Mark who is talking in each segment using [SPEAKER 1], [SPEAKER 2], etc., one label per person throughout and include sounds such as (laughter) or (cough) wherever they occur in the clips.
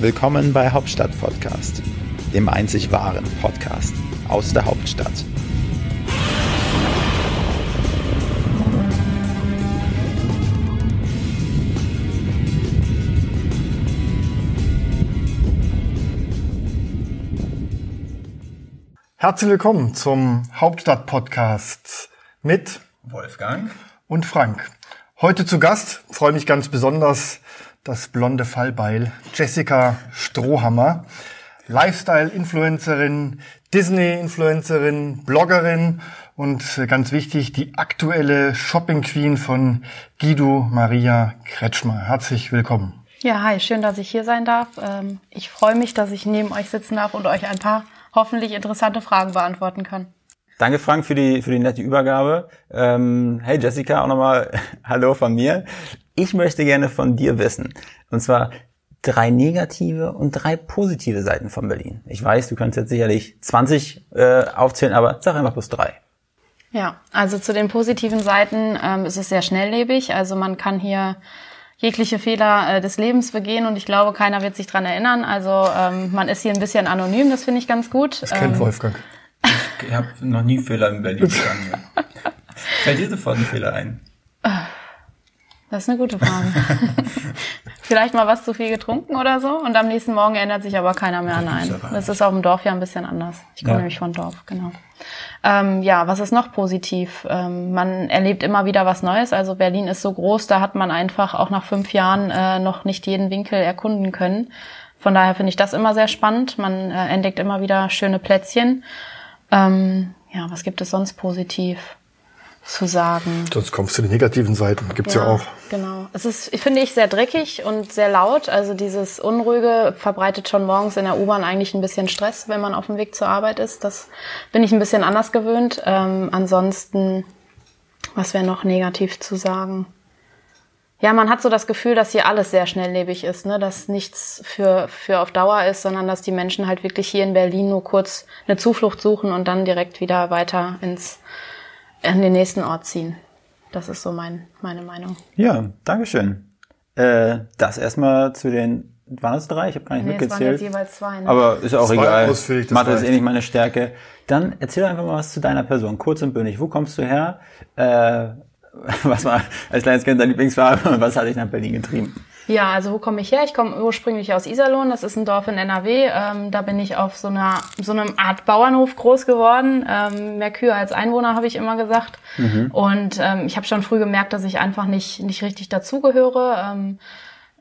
[SPEAKER 1] Willkommen bei Hauptstadt Podcast, dem einzig wahren Podcast aus der Hauptstadt.
[SPEAKER 2] Herzlich willkommen zum Hauptstadt-Podcast mit
[SPEAKER 3] Wolfgang
[SPEAKER 2] und Frank. Heute zu Gast, freue mich ganz besonders, das blonde Fallbeil Jessica Strohhammer, Lifestyle-Influencerin, Disney-Influencerin, Bloggerin und äh, ganz wichtig, die aktuelle Shopping-Queen von Guido Maria Kretschmer. Herzlich willkommen.
[SPEAKER 4] Ja, hi, schön, dass ich hier sein darf. Ähm, Ich freue mich, dass ich neben euch sitzen darf und euch ein paar hoffentlich interessante Fragen beantworten kann.
[SPEAKER 3] Danke, Frank, für die, für die nette Übergabe. Ähm, hey, Jessica, auch nochmal (laughs) Hallo von mir. Ich möchte gerne von dir wissen. Und zwar drei negative und drei positive Seiten von Berlin. Ich weiß, du kannst jetzt sicherlich 20 äh, aufzählen, aber sag einfach plus drei.
[SPEAKER 4] Ja, also zu den positiven Seiten ähm, es ist sehr schnelllebig. Also man kann hier jegliche Fehler äh, des Lebens begehen und ich glaube, keiner wird sich dran erinnern. Also ähm, man ist hier ein bisschen anonym, das finde ich ganz gut.
[SPEAKER 2] Das kennt
[SPEAKER 4] Ähm,
[SPEAKER 2] Wolfgang.
[SPEAKER 3] Ich habe noch nie Fehler in Berlin (laughs) begangen. Fällt dir sofort ein Fehler ein?
[SPEAKER 4] Das ist eine gute Frage. Vielleicht mal was zu viel getrunken oder so und am nächsten Morgen erinnert sich aber keiner mehr an einen. Das ist auf dem Dorf ja ein bisschen anders. Ich komme
[SPEAKER 3] Ja.
[SPEAKER 4] nämlich von Dorf, genau. Ähm, ja, was ist noch positiv? Ähm, man erlebt immer wieder was Neues. Also Berlin ist so groß, da hat man einfach auch nach fünf Jahren äh, noch nicht jeden Winkel erkunden können. Von daher finde ich das immer sehr spannend. Man äh, entdeckt immer wieder schöne Plätzchen. Ähm, ja, was gibt es sonst positiv zu sagen?
[SPEAKER 2] Sonst kommst du die negativen Seiten, gibt's ja, auch.
[SPEAKER 4] Genau. Es ist, finde ich, sehr dreckig und sehr laut. Also dieses Unruhige verbreitet schon morgens in der U-Bahn eigentlich ein bisschen Stress, wenn man auf dem Weg zur Arbeit ist. Das bin ich ein bisschen anders gewöhnt. Ähm, ansonsten, was wäre noch negativ zu sagen? Ja, man hat so das Gefühl, dass hier alles sehr schnelllebig ist, ne? dass nichts für, für auf Dauer ist, sondern dass die Menschen halt wirklich hier in Berlin nur kurz eine Zuflucht suchen und dann direkt wieder weiter ins, in den nächsten Ort ziehen. Das ist so mein, meine Meinung.
[SPEAKER 3] Ja, Dankeschön. Äh, das erstmal zu den, waren es drei? Ich habe gar nicht
[SPEAKER 4] Nee, es waren
[SPEAKER 3] mitgezählt.
[SPEAKER 4] jetzt jeweils zwei, ne?
[SPEAKER 3] Aber ist ja auch
[SPEAKER 2] Zwei
[SPEAKER 3] egal.
[SPEAKER 2] ausführlich, das
[SPEAKER 3] Mathe ist eh
[SPEAKER 2] reicht.
[SPEAKER 3] nicht meine Stärke. Dann erzähl einfach mal was zu deiner Person, kurz und bündig. Wo kommst du her? Äh, (laughs) was war als kleines Kind dein Lieblingsfarbe (laughs) und was hat dich nach Berlin getrieben?
[SPEAKER 4] Ja, also wo komme ich her? Ich komme ursprünglich aus Iserlohn, das ist ein Dorf in NRW. Ähm, da bin ich auf so einer so einem Art Bauernhof groß geworden. Ähm, mehr Kühe als Einwohner habe ich immer gesagt. Und ähm, ich habe schon früh gemerkt, dass ich einfach nicht nicht richtig dazugehöre. Ähm,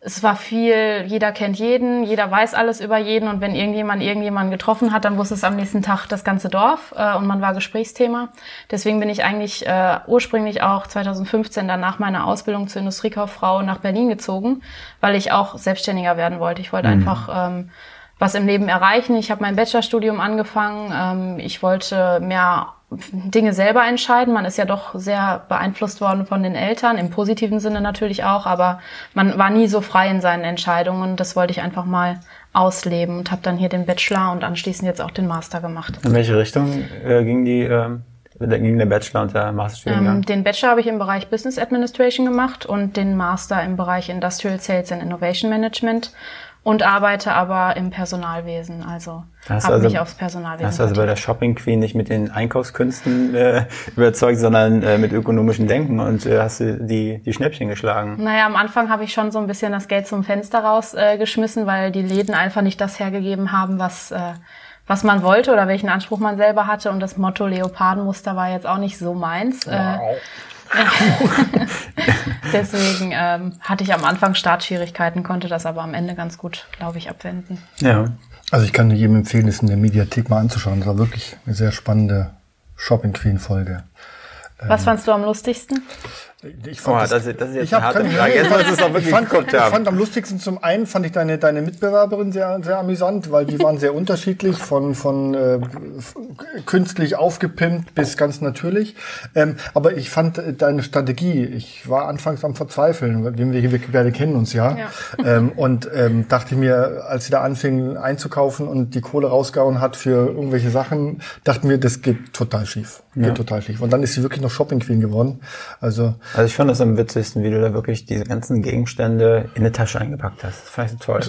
[SPEAKER 4] es war viel, jeder kennt jeden, jeder weiß alles über jeden und wenn irgendjemand irgendjemanden getroffen hat, dann wusste es am nächsten Tag das ganze Dorf äh, und man war Gesprächsthema. Deswegen bin ich eigentlich äh, ursprünglich auch 2015 dann nach meiner Ausbildung zur Industriekauffrau nach Berlin gezogen, weil ich auch selbstständiger werden wollte. Ich wollte einfach ähm, was im Leben erreichen. Ich habe mein Bachelorstudium angefangen. Ähm, ich wollte mehr Dinge selber entscheiden. Man ist ja doch sehr beeinflusst worden von den Eltern, im positiven Sinne natürlich auch, aber man war nie so frei in seinen Entscheidungen. Das wollte ich einfach mal ausleben und habe dann hier den Bachelor und anschließend jetzt auch den Master gemacht.
[SPEAKER 3] In welche Richtung äh, ging die, äh, ging der Bachelor und der Masterstudiengang?
[SPEAKER 4] Ähm, den Bachelor habe ich im Bereich Business Administration gemacht und den Master im Bereich Industrial Sales and Innovation Management und arbeite aber im Personalwesen, also
[SPEAKER 3] Hast
[SPEAKER 4] habe
[SPEAKER 3] also-
[SPEAKER 4] mich aufs Personalwesen
[SPEAKER 3] Hast du also bei der Shopping Queen nicht mit den Einkaufskünsten äh, überzeugt, sondern äh, mit ökonomischem Denken und äh, hast du die, die Schnäppchen geschlagen.
[SPEAKER 4] Naja, am Anfang habe ich schon so ein bisschen das Geld zum Fenster rausgeschmissen, äh, geschmissen, weil die Läden einfach nicht das hergegeben haben, was, äh, was man wollte oder welchen Anspruch man selber hatte. Und das Motto Leopardenmuster war jetzt auch nicht so meins. Äh, (laughs) deswegen ähm, hatte ich am Anfang Startschwierigkeiten, konnte das aber am Ende ganz gut, glaube ich, abwenden.
[SPEAKER 3] Ja.
[SPEAKER 2] Also ich kann dir jedem empfehlen, es in der Mediathek mal anzuschauen. Das war wirklich eine sehr spannende Shopping Queen Folge.
[SPEAKER 4] Was fandst du am lustigsten?
[SPEAKER 2] Ich
[SPEAKER 3] Oh, das ist- das ist jetzt
[SPEAKER 2] ich hab
[SPEAKER 3] eine harte
[SPEAKER 2] keine-
[SPEAKER 3] Frage. Jetzt musst du es auch wirklich
[SPEAKER 2] ich fand,
[SPEAKER 3] geguckt
[SPEAKER 2] ich
[SPEAKER 3] haben.
[SPEAKER 2] fand am lustigsten zum einen fand ich deine deine Mitbewerberin sehr sehr amüsant, weil die waren sehr unterschiedlich von von äh, f- künstlich aufgepimpt bis ganz natürlich. Ähm, aber ich fand äh, deine Strategie. Ich war anfangs am verzweifeln, weil wir, wir, wir beide kennen uns ja. Ähm, und ähm, dachte mir, als sie da anfing einzukaufen und die Kohle rausgehauen hat für irgendwelche Sachen, dachte mir, das geht total schief. Geht total schief. Und dann ist sie wirklich noch Shopping Queen geworden. Also
[SPEAKER 3] Also ich fand das am witzigsten, wie du da wirklich diese ganzen Gegenstände in eine Tasche eingepackt hast. Das fand ich so toll.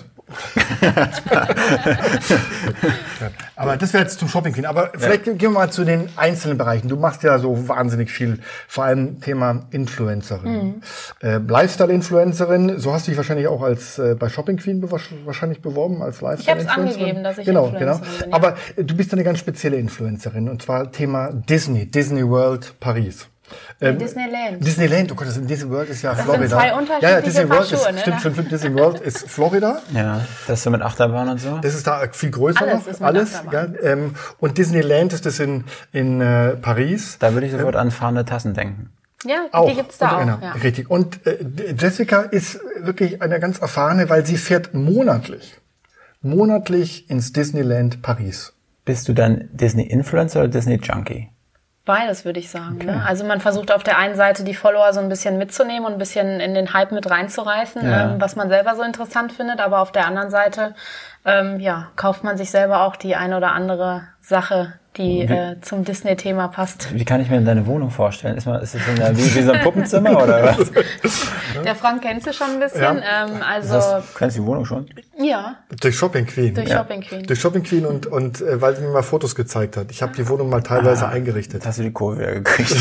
[SPEAKER 2] Aber das wäre jetzt zum Shopping gehen. Aber vielleicht gehen wir mal zu den einzelnen Bereichen. Du machst ja so wahnsinnig viel, vor allem Thema
[SPEAKER 4] Mhm.
[SPEAKER 2] Influencerin. Äh, Lifestyle-Influencerin, so hast du dich wahrscheinlich auch als äh, bei Shopping Queen be wahrscheinlich beworben, als Lifestyle-Influencerin.
[SPEAKER 4] angegeben, dass ich
[SPEAKER 2] genau,
[SPEAKER 4] Influencerin
[SPEAKER 2] genau.
[SPEAKER 4] bin, ja.
[SPEAKER 2] Aber äh, du bist ja eine ganz spezielle Influencerin und zwar Thema Disney, Disney World Paris. Ähm,
[SPEAKER 4] Disneyland.
[SPEAKER 2] Disneyland, oh Gott, das Disney World ist ja
[SPEAKER 4] sind
[SPEAKER 2] Florida.
[SPEAKER 4] zwei
[SPEAKER 2] ja, ja,
[SPEAKER 4] unterschiedliche
[SPEAKER 2] Disney
[SPEAKER 4] Paar
[SPEAKER 2] World ist,
[SPEAKER 4] Schuhe, ne?
[SPEAKER 2] stimmt, stimmt, stimmt, Disney World ist Florida.
[SPEAKER 3] Ja, das so mit Achterbahn und so.
[SPEAKER 2] Das ist da viel größer
[SPEAKER 4] Alles
[SPEAKER 2] noch.
[SPEAKER 4] ist mit
[SPEAKER 2] alles. Ja,
[SPEAKER 4] Achterbahn.
[SPEAKER 2] ähm, und Disneyland ist das in, in äh, Paris.
[SPEAKER 3] Da würde ich sofort an fahrende Tassen denken.
[SPEAKER 4] Ja, die gibt's
[SPEAKER 2] Und,
[SPEAKER 4] da
[SPEAKER 2] genau,
[SPEAKER 4] auch. Ja.
[SPEAKER 2] Richtig. Und äh, Jessica ist wirklich eine ganz erfahrene, weil sie fährt monatlich, monatlich ins Disneyland Paris.
[SPEAKER 3] Bist du dann Disney-Influencer oder Disney-Junkie?
[SPEAKER 4] Beides würde ich sagen. Ne? Also man versucht auf der einen Seite die Follower so ein bisschen mitzunehmen und ein bisschen in den Hype mit reinzureißen,
[SPEAKER 3] Ja.
[SPEAKER 4] ähm, was man selber so interessant findet, aber auf der anderen Seite ähm, ja, kauft man sich selber auch die eine oder andere Sache, die äh, zum Disney-Thema passt.
[SPEAKER 3] Wie kann ich mir denn deine Wohnung vorstellen? Ist, man, ist es in der, wie, wie so ein Puppenzimmer oder was? Ist
[SPEAKER 4] Der Frank kennt sie schon ein bisschen. Ähm, also
[SPEAKER 3] Das, kennst du die Wohnung schon?
[SPEAKER 4] ja,
[SPEAKER 2] Durch Shopping Queen.
[SPEAKER 4] durch
[SPEAKER 3] Ja.
[SPEAKER 4] Shopping Queen.
[SPEAKER 2] Durch Shopping Queen und, und äh, weil sie mir mal Fotos gezeigt hat. Ich habe die Wohnung mal
[SPEAKER 4] Ah.
[SPEAKER 2] teilweise eingerichtet.
[SPEAKER 3] Jetzt hast du die Kurve wieder gekriegt.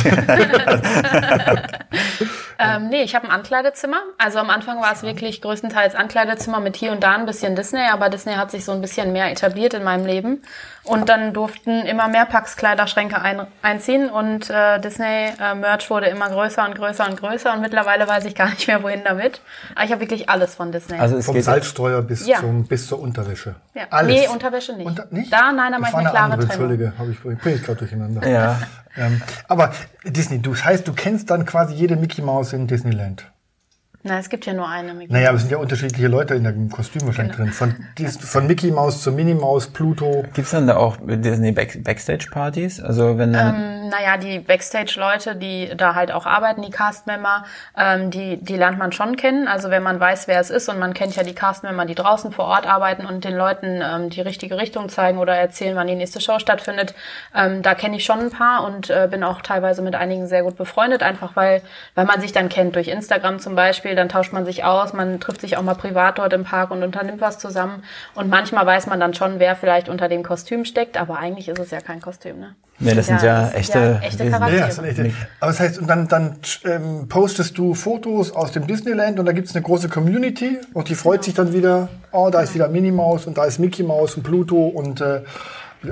[SPEAKER 4] Ähm, nee, ich habe ein Ankleidezimmer. Also am Anfang war es wirklich größtenteils Ankleidezimmer mit hier und da ein bisschen Disney, aber Disney hat sich so ein bisschen mehr etabliert in meinem Leben. Und dann durften immer mehr Packs Kleiderschränke ein, einziehen und äh, Disney-Merch wurde immer größer und größer und größer und mittlerweile weiß ich gar nicht mehr, wohin damit. Aber ich habe wirklich alles von Disney.
[SPEAKER 3] Also es
[SPEAKER 2] Vom
[SPEAKER 3] geht
[SPEAKER 2] Salzstreuer bis,
[SPEAKER 4] Ja.
[SPEAKER 2] zum, bis zur Unterwäsche.
[SPEAKER 4] Ja.
[SPEAKER 2] Alles.
[SPEAKER 4] Nee, Unterwäsche nicht.
[SPEAKER 2] Unter-
[SPEAKER 4] Da, nein,
[SPEAKER 2] Das
[SPEAKER 4] da mach ich
[SPEAKER 2] war eine
[SPEAKER 4] eine klare
[SPEAKER 2] andere,
[SPEAKER 4] Trennung.
[SPEAKER 2] Entschuldige, hab ich, bin ich gerade durcheinander.
[SPEAKER 3] Ja.
[SPEAKER 2] Ähm, aber Disney, du das heißt, du kennst dann quasi jede Mickey Mouse in Disneyland.
[SPEAKER 4] Na, es gibt ja nur eine. Mickey.
[SPEAKER 2] Naja, aber es sind ja unterschiedliche Leute in dem Kostüm wahrscheinlich
[SPEAKER 4] Genau.
[SPEAKER 2] drin. Von, Dis- von Mickey Mouse zu Minnie Mouse, Pluto.
[SPEAKER 3] Gibt's dann da auch Disney Back Backstage-Partys? Also wenn dann,
[SPEAKER 4] Naja, Ähm, die Backstage-Leute, die da halt auch arbeiten, die Cast-Member, ähm, die, die lernt man schon kennen. Also wenn man weiß, wer es ist und man kennt ja die Cast-Member, die draußen vor Ort arbeiten und den Leuten ähm, die richtige Richtung zeigen oder erzählen, wann die nächste Show stattfindet, ähm, da kenne ich schon ein paar und äh, bin auch teilweise mit einigen sehr gut befreundet, einfach weil, weil man sich dann kennt durch Instagram zum Beispiel, dann tauscht man sich aus, man trifft sich auch mal privat dort im Park und unternimmt was zusammen und manchmal weiß man dann schon, wer vielleicht unter dem Kostüm steckt, aber eigentlich ist es ja kein Kostüm, ne?
[SPEAKER 3] Nee, das sind ja
[SPEAKER 4] das ist
[SPEAKER 3] echte Wesen.
[SPEAKER 4] Charaktere.
[SPEAKER 2] Ja, das ist echt. Aber das heißt, und dann, dann ähm, postest du Fotos aus dem Disneyland und da gibt's eine große Community und die freut sich dann wieder, oh, da ist wieder Minnie Mouse und da ist Mickey Mouse und Pluto und äh,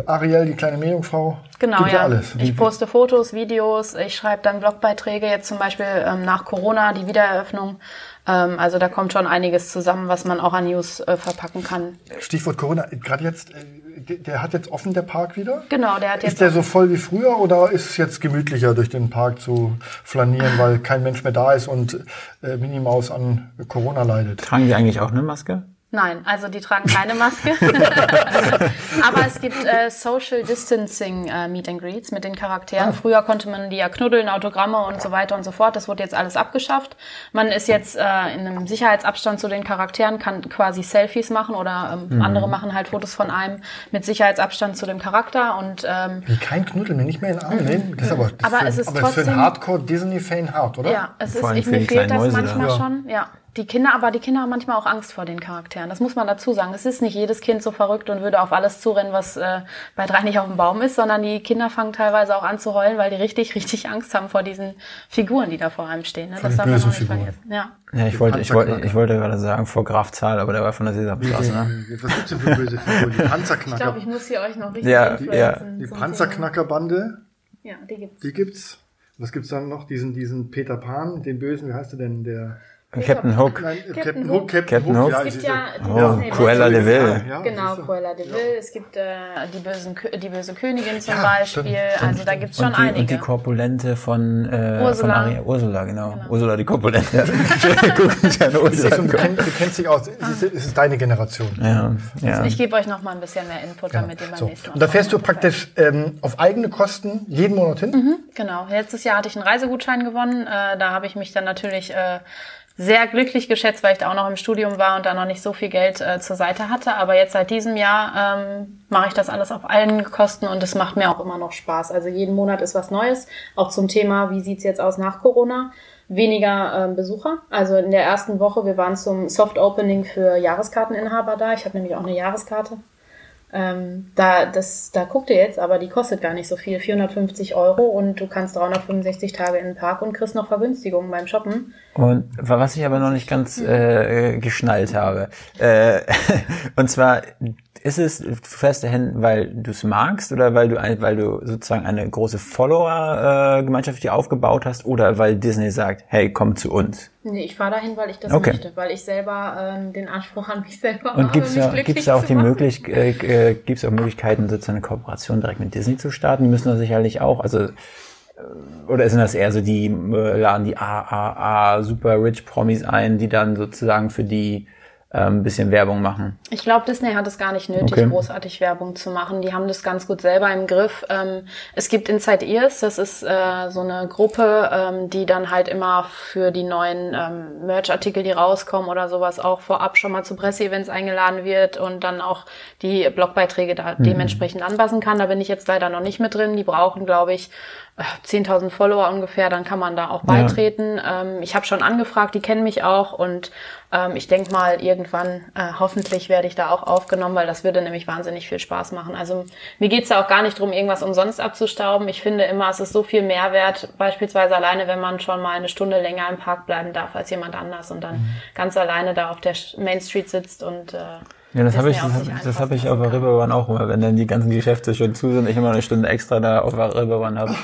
[SPEAKER 2] Ariel, die kleine Meerjungfrau.
[SPEAKER 4] Genau,
[SPEAKER 2] Gibt ja.
[SPEAKER 4] ja.
[SPEAKER 2] alles.
[SPEAKER 4] Ich poste Fotos, Videos, ich schreibe dann Blogbeiträge, jetzt zum Beispiel ähm, nach Corona, die Wiedereröffnung. Ähm, also da kommt schon einiges zusammen, was man auch an News äh, verpacken kann.
[SPEAKER 2] Stichwort Corona, gerade jetzt, äh, der- der hat jetzt offen, der Park wieder?
[SPEAKER 4] Genau, der hat
[SPEAKER 2] Ist
[SPEAKER 4] jetzt.
[SPEAKER 2] der so voll wie früher oder ist es jetzt gemütlicher, durch den Park zu flanieren, weil kein Mensch mehr da ist und äh, Minnie Maus an Corona leidet?
[SPEAKER 3] tragen die eigentlich auch eine Maske?
[SPEAKER 4] Nein, also die tragen keine Maske. Aber es gibt äh, Social Distancing äh, Meet and Greets mit den Charakteren. Früher konnte man die ja knuddeln, Autogramme und so weiter und so fort. Das wurde jetzt alles abgeschafft. Man ist jetzt äh, in einem Sicherheitsabstand zu den Charakteren, kann quasi Selfies machen oder ähm, andere machen halt Fotos von einem mit Sicherheitsabstand zu dem Charakter und ähm,
[SPEAKER 2] Wie kein Knuddeln mehr, nicht mehr in den Arm nehmen. Das ist aber, das
[SPEAKER 4] Aber
[SPEAKER 2] für,
[SPEAKER 4] es ist
[SPEAKER 2] aber für
[SPEAKER 4] trotzdem-
[SPEAKER 2] einen Hardcore-Disney-Fan hart, oder?
[SPEAKER 4] ja, es ist,
[SPEAKER 3] Vor allem
[SPEAKER 4] ich,
[SPEAKER 3] für
[SPEAKER 4] mir
[SPEAKER 3] die
[SPEAKER 4] fehlt
[SPEAKER 3] kleinen
[SPEAKER 4] das
[SPEAKER 3] Mäuse ne? da.
[SPEAKER 4] manchmal
[SPEAKER 2] Ja.
[SPEAKER 4] schon. Ja, die Kinder, aber die Kinder haben manchmal auch Angst vor den Charakteren. Das muss man dazu sagen. Es ist nicht jedes Kind so verrückt und würde auf alles zurennen, was äh, bei drei nicht auf dem Baum ist, sondern die Kinder fangen teilweise auch an zu heulen, weil die richtig, (laughs) richtig Angst haben vor diesen Figuren, die da vor einem stehen. Ne? Das
[SPEAKER 2] den
[SPEAKER 4] darf man auch
[SPEAKER 2] bösen
[SPEAKER 4] nicht
[SPEAKER 2] Figuren.
[SPEAKER 4] vergessen. Ja.
[SPEAKER 3] Ja, ich wollte, ich wollte,
[SPEAKER 2] Panzerknacker.
[SPEAKER 3] ich wollte gerade sagen, vor Graf Zahl, aber der war von der Sesamstraße, ne?
[SPEAKER 2] Was gibt's denn für böse Figuren? Die
[SPEAKER 4] Ich
[SPEAKER 2] Panzerknacker,
[SPEAKER 4] glaube, ich muss hier euch noch richtig
[SPEAKER 3] Ja,
[SPEAKER 4] influenzen
[SPEAKER 2] die
[SPEAKER 4] zum
[SPEAKER 2] Panzerknackerbande,
[SPEAKER 4] Thema. Ja, die gibt's.
[SPEAKER 2] die gibt's. Was gibt's dann noch? Diesen, diesen Peter Pan, den Bösen, wie heißt er denn? Der,
[SPEAKER 3] Captain Hook.
[SPEAKER 2] nein, äh,
[SPEAKER 4] Captain
[SPEAKER 2] Captain
[SPEAKER 4] Hook.
[SPEAKER 2] Hook, Captain,
[SPEAKER 3] Captain Hook.
[SPEAKER 2] Ja,
[SPEAKER 4] Es gibt
[SPEAKER 2] ist-
[SPEAKER 4] ja die
[SPEAKER 3] Oh,
[SPEAKER 4] Disney-
[SPEAKER 3] Cruella de Vil.
[SPEAKER 2] Ja,
[SPEAKER 4] genau,
[SPEAKER 2] siehst du.
[SPEAKER 4] Cruella de Vil, es gibt äh, die, bösen, Kö- die böse Königin zum
[SPEAKER 2] Ja,
[SPEAKER 4] Beispiel,
[SPEAKER 2] stimmt,
[SPEAKER 4] also da gibt's schon
[SPEAKER 3] Und die,
[SPEAKER 4] einige.
[SPEAKER 3] und die Korpulente von, äh, von
[SPEAKER 4] Ursula.
[SPEAKER 3] Aria, Ursula, genau. Ursula die Korpulente. (laughs) Guck nicht an Ursula.
[SPEAKER 2] Du kennst, du kennst dich aus. Es ist, es ist deine Generation. Genau.
[SPEAKER 3] Ja, ja.
[SPEAKER 4] Ich gebe euch noch mal ein bisschen mehr Input, damit ihr beim
[SPEAKER 2] So.
[SPEAKER 4] nächsten Mal.
[SPEAKER 2] Und da fährst du
[SPEAKER 4] kommt.
[SPEAKER 2] praktisch ähm, auf eigene Kosten jeden Monat hin.
[SPEAKER 4] Genau. Letztes Jahr hatte ich einen Reisegutschein gewonnen. Äh, da habe ich mich dann natürlich äh, sehr glücklich geschätzt, weil ich da auch noch im Studium war und da noch nicht so viel Geld äh, zur Seite hatte. Aber jetzt seit diesem Jahr ähm, mache ich das alles auf allen Kosten und es macht mir auch immer noch Spaß. Also jeden Monat ist was Neues. Auch zum Thema, wie sieht's jetzt aus nach Corona? weniger ähm, Besucher. Also in der ersten Woche, wir waren zum Soft Opening für Jahreskarteninhaber da. Ich habe nämlich auch eine Jahreskarte. Ähm, da, das, da guckt ihr jetzt, aber die kostet gar nicht so viel. 450 Euro und du kannst 365 Tage in den Park und kriegst noch Vergünstigungen beim Shoppen.
[SPEAKER 3] Und was ich aber noch nicht ganz äh, geschnallt habe. Äh, (laughs) und zwar ist es, du fährst dahin, weil du es magst oder weil du, ein, weil du sozusagen eine große Follower-Gemeinschaft dir aufgebaut hast oder weil Disney sagt, hey, komm zu uns.
[SPEAKER 4] Nee, ich fahre dahin, weil ich das
[SPEAKER 3] Okay.
[SPEAKER 4] möchte, weil ich selber ähm, den Anspruch an mich selber
[SPEAKER 3] Und
[SPEAKER 4] habe,
[SPEAKER 3] gibt es
[SPEAKER 4] Oh, mich
[SPEAKER 3] da,
[SPEAKER 4] glücklich
[SPEAKER 3] gibt's da auch
[SPEAKER 4] zu
[SPEAKER 3] die
[SPEAKER 4] machen.
[SPEAKER 3] Möglich äh, äh, gibt's auch Möglichkeiten, sozusagen eine Kooperation direkt mit Disney zu starten? Die müssen da sicherlich auch, also äh, oder sind das eher so die äh, laden die AAA Super Rich Promis ein, die dann sozusagen für die äh, ein bisschen Werbung machen?
[SPEAKER 4] Ich glaube, Disney hat es gar nicht nötig,
[SPEAKER 3] Okay.
[SPEAKER 4] großartig Werbung zu machen. Die haben das ganz gut selber im Griff. Ähm, es gibt Inside Ears, das ist äh, so eine Gruppe, ähm, die dann halt immer für die neuen ähm, Merch-Artikel, die rauskommen oder sowas, auch vorab schon mal zu Presseevents eingeladen wird und dann auch die Blogbeiträge da
[SPEAKER 3] Mhm.
[SPEAKER 4] dementsprechend anpassen kann. Da bin ich jetzt leider noch nicht mit drin. Die brauchen, glaube ich, äh, 10.000 Follower ungefähr, dann kann man da auch
[SPEAKER 3] Ja.
[SPEAKER 4] beitreten treten. Ähm, ich habe schon angefragt, die kennen mich auch und ähm, ich denke mal, irgendwann äh, hoffentlich werde ich da auch aufgenommen, weil das würde nämlich wahnsinnig viel Spaß machen. Also mir geht's da auch gar nicht drum, irgendwas umsonst abzustauben. Ich finde immer, es ist so viel Mehrwert, beispielsweise alleine, wenn man schon mal eine Stunde länger im Park bleiben darf als jemand anders und dann ganz alleine da auf der Sch- Main Street sitzt und äh,
[SPEAKER 3] Mhm. Ja, das habe ich,
[SPEAKER 4] Disney auf
[SPEAKER 3] das,
[SPEAKER 4] sich
[SPEAKER 3] das
[SPEAKER 4] anpassen
[SPEAKER 3] habe ich
[SPEAKER 4] lassen
[SPEAKER 3] auf der
[SPEAKER 4] kann.
[SPEAKER 3] Riverbahn auch immer, wenn dann die ganzen Geschäfte schon zu sind, ich immer eine Stunde extra da auf der Riverbahn habe.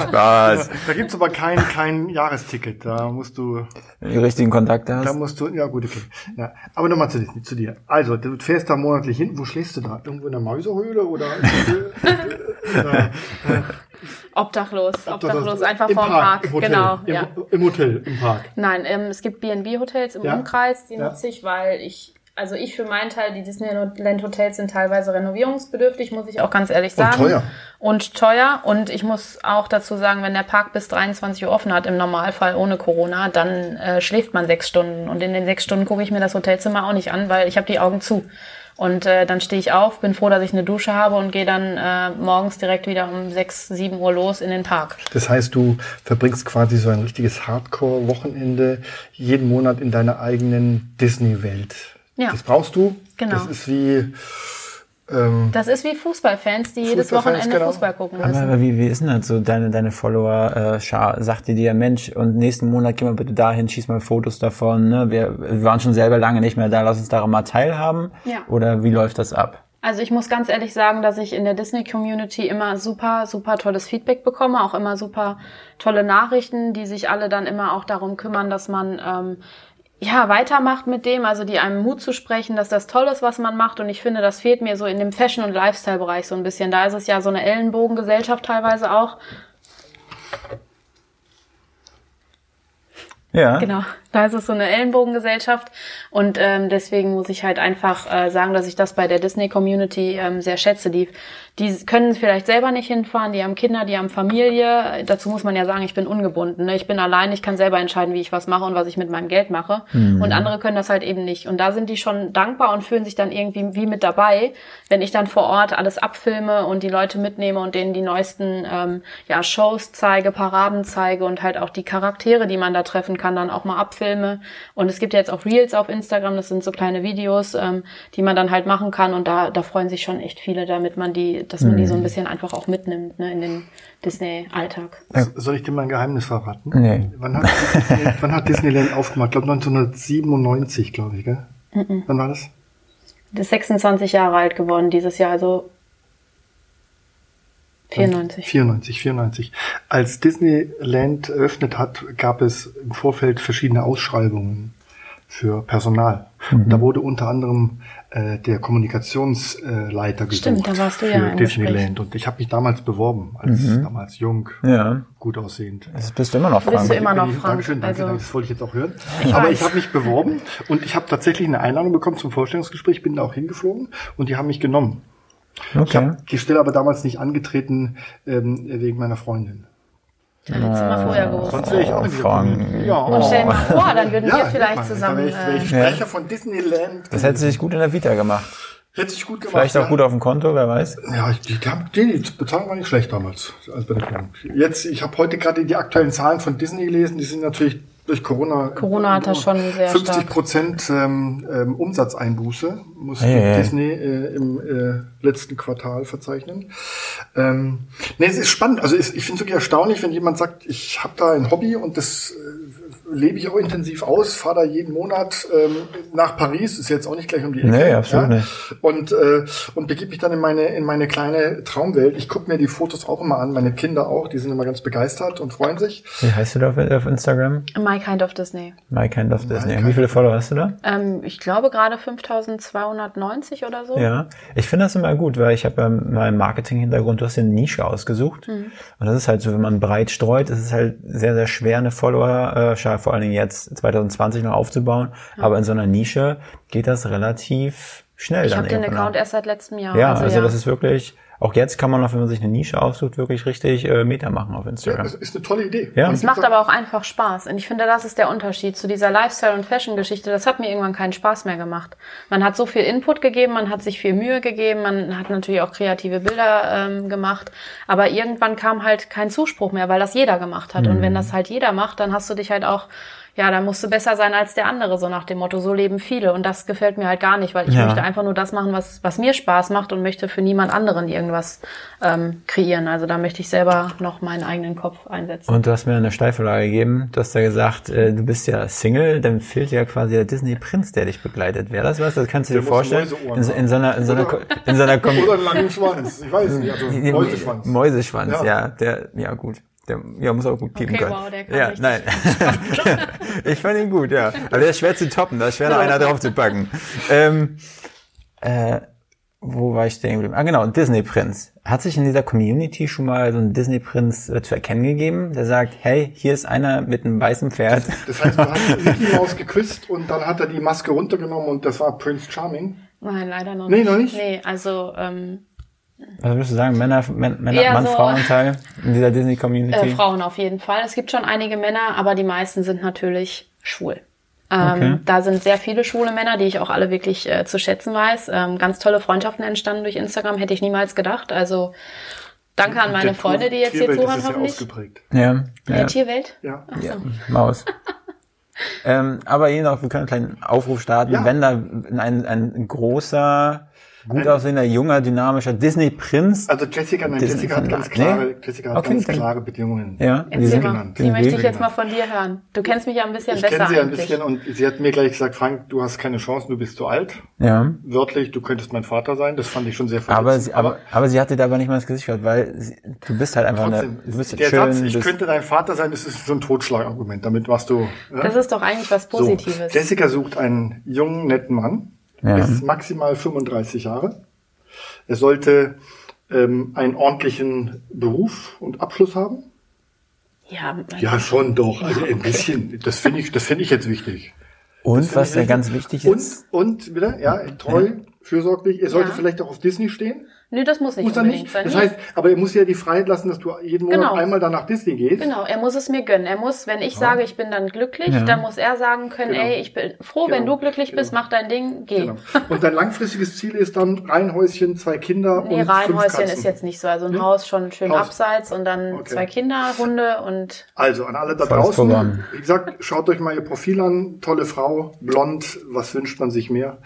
[SPEAKER 3] Spaß.
[SPEAKER 2] (laughs) Da gibt's aber kein, kein Jahresticket. Da musst du,
[SPEAKER 3] Wenn du die richtigen Kontakte
[SPEAKER 2] da
[SPEAKER 3] hast.
[SPEAKER 2] musst du, ja gut, okay. Ja. Aber nochmal zu, dir- zu dir. Also, du fährst da monatlich hin. Wo schläfst du da? Irgendwo in der Mäuserhöhle oder?
[SPEAKER 4] (laughs)
[SPEAKER 2] oder
[SPEAKER 4] obdachlos, obdachlos, einfach
[SPEAKER 2] Im
[SPEAKER 4] vorm Park.
[SPEAKER 2] Im Hotel,
[SPEAKER 4] Genau,
[SPEAKER 2] Im,
[SPEAKER 4] ja.
[SPEAKER 2] Im Hotel, im Park.
[SPEAKER 4] Nein, ähm, es gibt B&B-Hotels im
[SPEAKER 2] Ja.
[SPEAKER 4] Umkreis, die
[SPEAKER 2] Ja.
[SPEAKER 4] nutze ich, weil ich, also ich für meinen Teil, die Disneyland-Hotels sind teilweise renovierungsbedürftig, muss ich auch ganz ehrlich sagen.
[SPEAKER 2] teuer.
[SPEAKER 4] Und teuer. Und ich muss auch dazu sagen, wenn der Park bis 23 Uhr offen hat, im Normalfall ohne Corona, dann äh, schläft man sechs Stunden. Und in den sechs Stunden gucke ich mir das Hotelzimmer auch nicht an, weil ich habe die Augen zu. Und äh, dann stehe ich auf, bin froh, dass ich eine Dusche habe und gehe dann äh, morgens direkt wieder um 6, 7 Uhr los in den Park.
[SPEAKER 2] Das heißt, du verbringst quasi so ein richtiges Hardcore-Wochenende jeden Monat in deiner eigenen Disney-Welt.
[SPEAKER 4] Ja.
[SPEAKER 2] Das brauchst du.
[SPEAKER 4] Genau.
[SPEAKER 2] Das ist wie, ähm,
[SPEAKER 4] Das ist wie Fußballfans, die jedes
[SPEAKER 2] Fußballfans,
[SPEAKER 4] Wochenende
[SPEAKER 2] genau.
[SPEAKER 4] Fußball gucken müssen.
[SPEAKER 3] Aber, aber wie, wie ist denn das so? Deine, deine Follower, äh, Schar, sagt dir dir, Mensch, und nächsten Monat gehen wir bitte dahin, schieß mal Fotos davon, ne? Wir, wir waren schon selber lange nicht mehr da, lass uns daran mal teilhaben.
[SPEAKER 4] Ja.
[SPEAKER 3] Oder wie läuft das ab?
[SPEAKER 4] Also ich muss ganz ehrlich sagen, dass ich in der Disney-Community immer super, super tolles Feedback bekomme, auch immer super tolle Nachrichten, die sich alle dann immer auch darum kümmern, dass man ähm, ja weitermacht mit dem, also die einem Mut zu sprechen, dass das toll ist, was man macht. Und ich finde, das fehlt mir so in dem Fashion- und Lifestyle-Bereich so ein bisschen. Da ist es ja so eine Ellenbogengesellschaft teilweise auch.
[SPEAKER 3] Ja.
[SPEAKER 4] Genau, da ist es so eine Ellenbogengesellschaft und ähm, deswegen muss ich halt einfach äh, sagen, dass ich das bei der Disney-Community ähm, sehr schätze. Die, die können vielleicht selber nicht hinfahren, die haben Kinder, die haben Familie. Dazu muss man ja sagen, ich bin ungebunden. Ne? Ich bin allein, ich kann selber entscheiden, wie ich was mache und was ich mit meinem Geld mache. Und andere können das halt eben nicht. Und da sind die schon dankbar und fühlen sich dann irgendwie wie mit dabei, wenn ich dann vor Ort alles abfilme und die Leute mitnehme und denen die neuesten ähm, ja, Shows zeige, Paraden zeige und halt auch die Charaktere, die man da treffen kann, dann auch mal abfilme. Und es gibt ja jetzt auch Reels auf Instagram, das sind so kleine Videos, ähm, die man dann halt machen kann und da, da freuen sich schon echt viele, damit man die, dass man die so ein bisschen einfach auch mitnimmt ne, in den Disney-Alltag.
[SPEAKER 2] soll ich dir mal ein Geheimnis verraten?
[SPEAKER 3] Nee.
[SPEAKER 2] Wann hat, Disney,
[SPEAKER 4] (laughs)
[SPEAKER 2] wann hat Disneyland aufgemacht? Ich glaube 1997, glaube ich, gell?
[SPEAKER 4] Mhm.
[SPEAKER 2] Wann war das?
[SPEAKER 4] Das ist 26 Jahre alt geworden dieses Jahr, also 94.
[SPEAKER 2] 94, 94. Als Disneyland eröffnet hat, gab es im Vorfeld verschiedene Ausschreibungen für Personal.
[SPEAKER 4] Mhm.
[SPEAKER 2] Und da wurde unter anderem äh, der Kommunikationsleiter gesucht
[SPEAKER 4] Stimmt, da warst du
[SPEAKER 2] für
[SPEAKER 4] ja im Mhm.
[SPEAKER 2] Disneyland. Und ich habe mich damals beworben, als damals jung,
[SPEAKER 3] Ja.
[SPEAKER 2] gut aussehend.
[SPEAKER 3] Das bist du immer noch
[SPEAKER 4] Bist du
[SPEAKER 3] Frank.
[SPEAKER 4] immer noch
[SPEAKER 2] Bin ich-
[SPEAKER 4] Frank,
[SPEAKER 2] Dankeschön, danke,
[SPEAKER 4] also-
[SPEAKER 2] danke, das wollte ich jetzt auch hören. Aber ich habe mich beworben und ich habe tatsächlich eine Einladung bekommen zum Vorstellungsgespräch, bin da auch hingeflogen und die haben mich genommen. Ich
[SPEAKER 3] Okay.
[SPEAKER 2] habe die Stelle aber damals nicht angetreten ähm, wegen meiner Freundin.
[SPEAKER 4] Dann hättest du mal vorher gewusst.
[SPEAKER 2] Sonst wäre ich auch
[SPEAKER 3] Oh,
[SPEAKER 2] in dieser
[SPEAKER 3] Frank.
[SPEAKER 2] Community. Ja,
[SPEAKER 4] Und stell dir mal vor, dann würden wir
[SPEAKER 2] guck
[SPEAKER 4] vielleicht
[SPEAKER 2] mal,
[SPEAKER 4] zusammen.
[SPEAKER 2] Da wäre ich, wär ich
[SPEAKER 3] äh,
[SPEAKER 2] Sprecher von Disneyland.
[SPEAKER 3] Das hätte sich gut in der Vita gemacht.
[SPEAKER 2] Richtig gut gemacht.
[SPEAKER 3] Vielleicht auch
[SPEAKER 2] ja.
[SPEAKER 3] gut auf dem Konto, wer weiß.
[SPEAKER 2] Ja, ich, die, die, die Bezahlung war nicht schlecht damals. Als bei der Planung. Jetzt, ich habe heute gerade die aktuellen Zahlen von Disney gelesen, die sind natürlich durch Corona.
[SPEAKER 4] Corona hat das schon sehr
[SPEAKER 2] 50
[SPEAKER 4] stark.
[SPEAKER 2] Prozent ähm, ähm, Umsatzeinbuße musste
[SPEAKER 3] Ei, ei, ei.
[SPEAKER 2] Disney äh, im äh, letzten Quartal verzeichnen. Ähm, nee, es ist spannend. Also es, ich finde es wirklich erstaunlich, wenn jemand sagt, ich habe da ein Hobby und das äh, lebe ich auch intensiv aus, fahre da jeden Monat ähm, nach Paris, ist jetzt auch nicht gleich um die Ecke.
[SPEAKER 3] Nee, absolut nicht.
[SPEAKER 2] Und, äh, und begib mich dann in meine, in meine kleine Traumwelt. Ich gucke mir die Fotos auch immer an, meine Kinder auch, die sind immer ganz begeistert und freuen sich.
[SPEAKER 3] Wie heißt du da auf, auf Instagram?
[SPEAKER 4] My Kind of Disney.
[SPEAKER 3] My Kind of Disney. Wie viele Follower hast du da?
[SPEAKER 4] Ähm, ich glaube gerade 5290 oder so.
[SPEAKER 3] Ja, ich finde das immer gut, weil ich habe ähm, meinen Marketing-Hintergrund, du hast dir eine Nische ausgesucht.
[SPEAKER 4] Mhm.
[SPEAKER 3] Und das ist halt so, wenn man breit streut, ist es halt sehr, sehr schwer, eine Follower, äh, vor allen Dingen jetzt 2020 noch aufzubauen. Aber in so einer Nische geht das relativ schnell
[SPEAKER 4] ich
[SPEAKER 3] dann
[SPEAKER 4] habe den
[SPEAKER 3] irgendwann
[SPEAKER 4] Account
[SPEAKER 3] auch.
[SPEAKER 4] erst seit letztem Jahr.
[SPEAKER 3] Ja, also, das ist wirklich, auch jetzt kann man noch, wenn man sich eine Nische aussucht, wirklich richtig äh, Meter machen auf Instagram.
[SPEAKER 2] Das ist eine tolle Idee.
[SPEAKER 3] Ja.
[SPEAKER 4] es macht aber auch einfach Spaß. Und ich finde, das ist der Unterschied zu dieser Lifestyle- und Fashion-Geschichte. Das hat mir irgendwann keinen Spaß mehr gemacht. Man hat so viel Input gegeben, man hat sich viel Mühe gegeben, man hat natürlich auch kreative Bilder ähm, gemacht. Aber irgendwann kam halt kein Zuspruch mehr, weil das jeder gemacht hat. Und wenn das halt jeder macht, dann hast du dich halt auch, ja, dann musst du besser sein als der andere, so nach dem Motto, so leben viele. Und das gefällt mir halt gar nicht, weil ich
[SPEAKER 3] Ja.
[SPEAKER 4] möchte einfach nur das machen, was, was mir Spaß macht und möchte für niemand anderen irgendwas ähm, kreieren. Also da möchte ich selber noch meinen eigenen Kopf einsetzen.
[SPEAKER 3] Und du hast mir eine Steilvorlage gegeben. Du hast ja gesagt, äh, du bist ja Single, dann fehlt ja quasi der Disney-Prinz, der dich begleitet. Wäre das was? Das kannst du dir
[SPEAKER 2] muss
[SPEAKER 3] vorstellen.
[SPEAKER 2] Mäuseohren
[SPEAKER 3] In, so- in so einer, in
[SPEAKER 2] (laughs)
[SPEAKER 3] so einer, Ko-
[SPEAKER 2] Oder-
[SPEAKER 3] in so einer Kom
[SPEAKER 2] Oder einen langen Schwanz. Ich weiß nicht.
[SPEAKER 3] (laughs)
[SPEAKER 2] Also Mäuseschwanz.
[SPEAKER 3] Mäuseschwanz, ja.
[SPEAKER 2] Ja.
[SPEAKER 3] der, ja gut. Der, ja, muss auch gut piepen
[SPEAKER 4] Okay,
[SPEAKER 3] können.
[SPEAKER 4] wow, der kam
[SPEAKER 3] ja,
[SPEAKER 4] richtig
[SPEAKER 3] nein.
[SPEAKER 4] (laughs)
[SPEAKER 3] ich fand ihn gut, ja. Aber der ist schwer zu toppen, da ist schwer noch einer drauf zu packen. Ähm, äh, wo war ich stehen geblieben? Ah, genau, Disney Prinz. Hat sich in dieser Community schon mal so ein Disney Prinz äh, zu erkennen gegeben, der sagt, hey, hier ist einer mit einem weißen
[SPEAKER 4] (laughs)
[SPEAKER 3] Pferd.
[SPEAKER 2] Das heißt, du hast Mickey Maus geküsst und dann hat er die Maske runtergenommen und das war Prince Charming.
[SPEAKER 4] Nein, leider noch
[SPEAKER 2] Nee,
[SPEAKER 4] nicht.
[SPEAKER 2] noch nicht?
[SPEAKER 4] Nee, also ähm,
[SPEAKER 3] Was würdest du sagen? Männer, Män- Männer
[SPEAKER 4] Eher
[SPEAKER 3] Mann,
[SPEAKER 4] so-
[SPEAKER 3] Frauenteil in dieser Disney Community?
[SPEAKER 4] äh, Frauen auf jeden Fall. Es gibt schon einige Männer, aber die meisten sind natürlich schwul. Ähm,
[SPEAKER 3] Okay.
[SPEAKER 4] Da sind sehr viele schwule Männer, die ich auch alle wirklich äh, zu schätzen weiß. Ähm, ganz tolle Freundschaften entstanden durch Instagram, hätte ich niemals gedacht. Also danke an meine
[SPEAKER 2] Der
[SPEAKER 4] Freunde, die jetzt hier
[SPEAKER 2] Tierwelt ist
[SPEAKER 4] zuhören,
[SPEAKER 2] es ja
[SPEAKER 4] hoffentlich.
[SPEAKER 2] ausgeprägt.
[SPEAKER 3] Ja,
[SPEAKER 4] In
[SPEAKER 3] ja.
[SPEAKER 4] der Tierwelt?
[SPEAKER 2] Ja.
[SPEAKER 3] Ja, (laughs) Maus. ähm, aber jedoch, wir können einen kleinen Aufruf starten.
[SPEAKER 2] Ja.
[SPEAKER 3] Wenn da ein, ein großer, gut aussehender, junger, dynamischer Disney-Prinz,
[SPEAKER 2] Also Jessica, nein,
[SPEAKER 3] Disney
[SPEAKER 2] Jessica hat ganz
[SPEAKER 3] Verlag,
[SPEAKER 2] klare,
[SPEAKER 3] ne?
[SPEAKER 2] Jessica hat
[SPEAKER 3] Okay,
[SPEAKER 2] ganz
[SPEAKER 3] dann-
[SPEAKER 2] klare Bedingungen.
[SPEAKER 3] ja, genau. die
[SPEAKER 4] Erzähl
[SPEAKER 3] sind
[SPEAKER 4] mal,
[SPEAKER 2] genannt.
[SPEAKER 4] die
[SPEAKER 3] sind
[SPEAKER 4] möchte ich
[SPEAKER 3] wild.
[SPEAKER 4] jetzt mal von dir hören. Du kennst mich ja ein bisschen
[SPEAKER 2] Ich
[SPEAKER 4] besser
[SPEAKER 2] kenne sie ja ein
[SPEAKER 4] eigentlich.
[SPEAKER 2] bisschen und sie hat mir gleich gesagt, Frank, du hast keine Chance, du bist zu alt.
[SPEAKER 3] Ja.
[SPEAKER 2] Wörtlich, du könntest mein Vater sein. Das fand ich schon sehr
[SPEAKER 3] Aber
[SPEAKER 2] verletzend.
[SPEAKER 3] sie, aber, aber sie hat dir dabei nicht mal ins Gesicht gehört, weil sie, du bist halt einfach
[SPEAKER 2] trotzdem,
[SPEAKER 3] eine, du bist
[SPEAKER 2] der
[SPEAKER 3] schön,
[SPEAKER 2] Satz, ich
[SPEAKER 3] bist,
[SPEAKER 2] könnte dein Vater sein, das ist so ein Totschlagargument. Damit warst du... ja?
[SPEAKER 4] Das ist doch eigentlich was
[SPEAKER 2] ne? So,
[SPEAKER 4] Positives.
[SPEAKER 2] Jessica sucht einen jungen, netten Mann,
[SPEAKER 3] Ja.
[SPEAKER 2] ist maximal 35 Jahre. Er sollte ähm, einen ordentlichen Beruf und Abschluss haben.
[SPEAKER 4] ja,
[SPEAKER 2] Ja, schon doch. Also ein bisschen. Das finde ich, das finde ich jetzt wichtig.
[SPEAKER 3] und was ja ganz wichtig ist,
[SPEAKER 2] Und, und wieder, ja, treu, fürsorglich. Er sollte
[SPEAKER 4] Ja.
[SPEAKER 2] vielleicht auch auf Disney stehen.
[SPEAKER 4] Nö, das muss nicht
[SPEAKER 2] Muss er
[SPEAKER 4] unbedingt
[SPEAKER 2] nicht.
[SPEAKER 4] sein.
[SPEAKER 2] Das
[SPEAKER 4] Nee.
[SPEAKER 2] heißt, aber er muss ja die Freiheit lassen, dass du jeden Monat
[SPEAKER 4] Genau.
[SPEAKER 2] einmal dann nach Disney gehst.
[SPEAKER 4] Genau, er muss es mir gönnen. Er muss, wenn ich sage, ich bin dann glücklich,
[SPEAKER 3] Ja.
[SPEAKER 4] dann muss er sagen können,
[SPEAKER 2] Genau.
[SPEAKER 4] ey, ich bin froh, wenn
[SPEAKER 2] Genau.
[SPEAKER 4] du glücklich bist,
[SPEAKER 2] Genau.
[SPEAKER 4] mach dein Ding, geh.
[SPEAKER 2] Genau. Und dein langfristiges Ziel ist dann Reihenhäuschen, zwei Kinder
[SPEAKER 4] Nee,
[SPEAKER 2] und fünf
[SPEAKER 4] Reihenhäuschen
[SPEAKER 2] Katzen.
[SPEAKER 4] ist jetzt nicht so. Also ein Haus schon schön
[SPEAKER 2] Haus.
[SPEAKER 4] abseits und dann
[SPEAKER 2] Okay.
[SPEAKER 4] zwei Kinder, Hunde und
[SPEAKER 2] Also an alle da
[SPEAKER 3] Volles
[SPEAKER 2] draußen,
[SPEAKER 3] Programm.
[SPEAKER 2] wie gesagt, schaut euch mal ihr Profil an, tolle Frau, blond, was wünscht man sich mehr?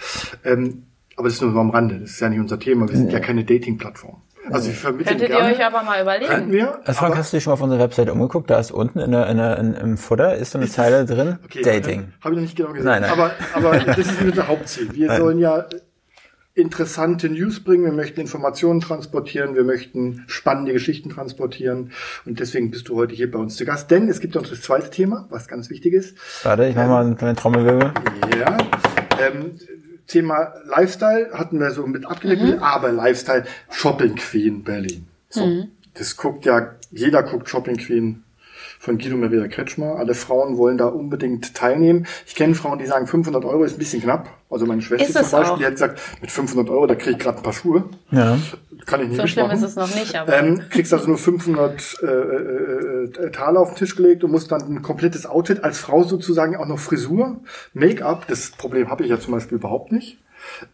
[SPEAKER 2] Ähm, aber das ist nur so am Rande, das ist ja nicht unser Thema, wir sind ja keine Dating-Plattform. Also wir vermitteln
[SPEAKER 4] könntet ihr
[SPEAKER 2] gerne,
[SPEAKER 4] euch aber mal
[SPEAKER 2] könnten
[SPEAKER 4] überlegen.
[SPEAKER 2] wir,
[SPEAKER 3] Also Frank,
[SPEAKER 2] aber-
[SPEAKER 3] hast du dich schon mal auf unserer Website umgeguckt? Da ist unten in der, in der, in, im Futter ist so eine Zeile drin,
[SPEAKER 2] okay,
[SPEAKER 3] Dating.
[SPEAKER 2] Habe ich noch nicht genau gesehen,
[SPEAKER 3] Nein, nein.
[SPEAKER 2] aber,
[SPEAKER 3] (laughs)
[SPEAKER 2] aber das ist unser Hauptziel. Wir sollen ja interessante News bringen, wir möchten Informationen transportieren, wir möchten spannende Geschichten transportieren und deswegen bist du heute hier bei uns zu Gast, denn es gibt noch das zweite Thema, was ganz wichtig ist.
[SPEAKER 3] Warte, ich
[SPEAKER 2] äh,
[SPEAKER 3] mache mal einen kleinen Trommelwirbel.
[SPEAKER 2] Ja. Ähm, Thema Lifestyle hatten wir so mit abgedeckt,
[SPEAKER 4] Mhm.
[SPEAKER 2] aber Lifestyle Shopping Queen Berlin. So.
[SPEAKER 4] Mhm.
[SPEAKER 2] Das guckt ja, jeder guckt Shopping Queen von Guido Maria Kretschmer. Alle Frauen wollen da unbedingt teilnehmen. Ich kenne Frauen, die sagen, 500 Euro ist ein bisschen knapp. Also meine Schwester
[SPEAKER 4] Ist
[SPEAKER 2] zum
[SPEAKER 4] es
[SPEAKER 2] Beispiel,
[SPEAKER 4] auch.
[SPEAKER 2] die hat gesagt, mit 500 Euro, da kriege ich gerade ein paar Schuhe.
[SPEAKER 3] Ja.
[SPEAKER 2] Kann ich nicht
[SPEAKER 4] So schlimm
[SPEAKER 2] mitmachen.
[SPEAKER 4] ist es noch nicht, aber
[SPEAKER 2] Ähm, kriegst also nur 500 äh, äh, äh, Taler auf den Tisch gelegt und musst dann ein komplettes Outfit als Frau sozusagen auch noch Frisur, Make-up, das Problem habe ich ja zum Beispiel überhaupt nicht.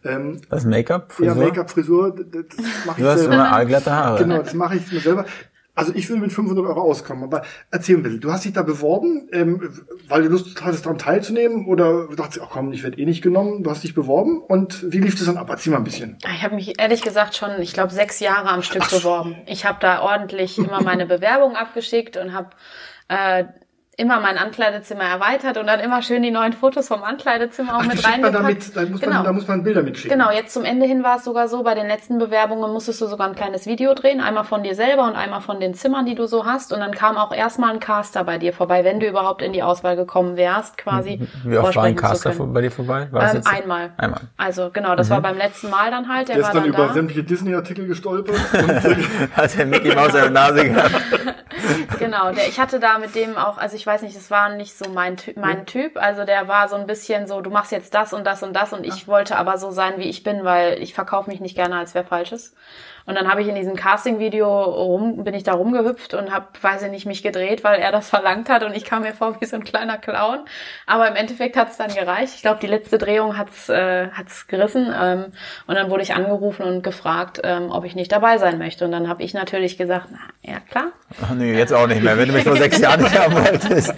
[SPEAKER 2] Ähm,
[SPEAKER 3] Was Make-up?
[SPEAKER 2] ja,
[SPEAKER 3] Frisur?
[SPEAKER 2] Make-up, Frisur, d- d- das mache
[SPEAKER 3] Du
[SPEAKER 2] ich
[SPEAKER 3] hast
[SPEAKER 2] selber.
[SPEAKER 3] immer allglatte Haare.
[SPEAKER 2] Genau, das mache ich mir selber. Also ich will mit 500 Euro auskommen, aber erzähl ein bisschen. Du hast dich da beworben, ähm, weil du Lust hattest, daran teilzunehmen oder du dachtest, ach komm, ich werde eh nicht genommen. Du hast dich beworben und wie lief das dann ab? Erzähl mal ein bisschen.
[SPEAKER 4] Ah, Ich habe mich ehrlich gesagt schon, ich glaube, sechs Jahre am Stück beworben. Ich habe da ordentlich immer meine Bewerbung abgeschickt und habe äh, immer mein Ankleidezimmer erweitert und dann immer schön die neuen Fotos vom Ankleidezimmer auch
[SPEAKER 2] Ach, die
[SPEAKER 4] mit
[SPEAKER 2] schickt man
[SPEAKER 4] reingepackt.
[SPEAKER 2] da mit, da muss,
[SPEAKER 4] genau.
[SPEAKER 2] man, da muss man Bilder mitschicken.
[SPEAKER 4] Genau, jetzt zum Ende hin war es sogar so, bei den letzten Bewerbungen musstest du sogar ein kleines Video drehen, einmal von dir selber und einmal von den Zimmern, die du so hast. Und dann kam auch erstmal ein Caster bei dir vorbei, wenn du überhaupt in die Auswahl gekommen wärst, quasi.
[SPEAKER 3] Mhm, Wie oft war ein
[SPEAKER 4] vorsprechen zu
[SPEAKER 3] Caster
[SPEAKER 4] können.
[SPEAKER 3] vor- bei dir vorbei? War das
[SPEAKER 4] Ähm,
[SPEAKER 3] jetzt-
[SPEAKER 4] einmal.
[SPEAKER 3] Einmal. (laughs) Mhm.
[SPEAKER 4] Also genau, das war beim letzten Mal dann halt. Der,
[SPEAKER 2] Der ist
[SPEAKER 4] war
[SPEAKER 2] dann
[SPEAKER 4] dann,
[SPEAKER 2] über
[SPEAKER 4] da.
[SPEAKER 2] sämtliche Disney-Artikel
[SPEAKER 4] (laughs)
[SPEAKER 2] gestolpert und
[SPEAKER 3] Hat der Mickey Maus eine Nase gehabt?
[SPEAKER 4] Genau, der, ich hatte da mit dem auch, also ich weiß nicht, das war nicht so mein, Ty mein Typ. Also der war so ein bisschen so, du machst jetzt das und das und das und ich wollte aber so sein, wie ich bin, weil ich verkaufe mich nicht gerne als wer Falsches. Und dann habe ich in diesem Casting-Video rum, bin ich da rumgehüpft und habe, weiß ich nicht, mich gedreht, weil er das (laughs) verlangt hat und ich kam mir vor wie so ein kleiner Clown. Aber im Endeffekt hat es dann gereicht. Ich glaube, die letzte Drehung hat's äh, hat's gerissen. Ähm, und dann wurde ich angerufen und gefragt, ähm, ob ich nicht dabei sein möchte. Und dann habe ich natürlich gesagt, na ja klar.
[SPEAKER 3] Ach nee, jetzt auch nicht mehr, wenn du mich vor (laughs) sechs Jahren nicht haben wolltest.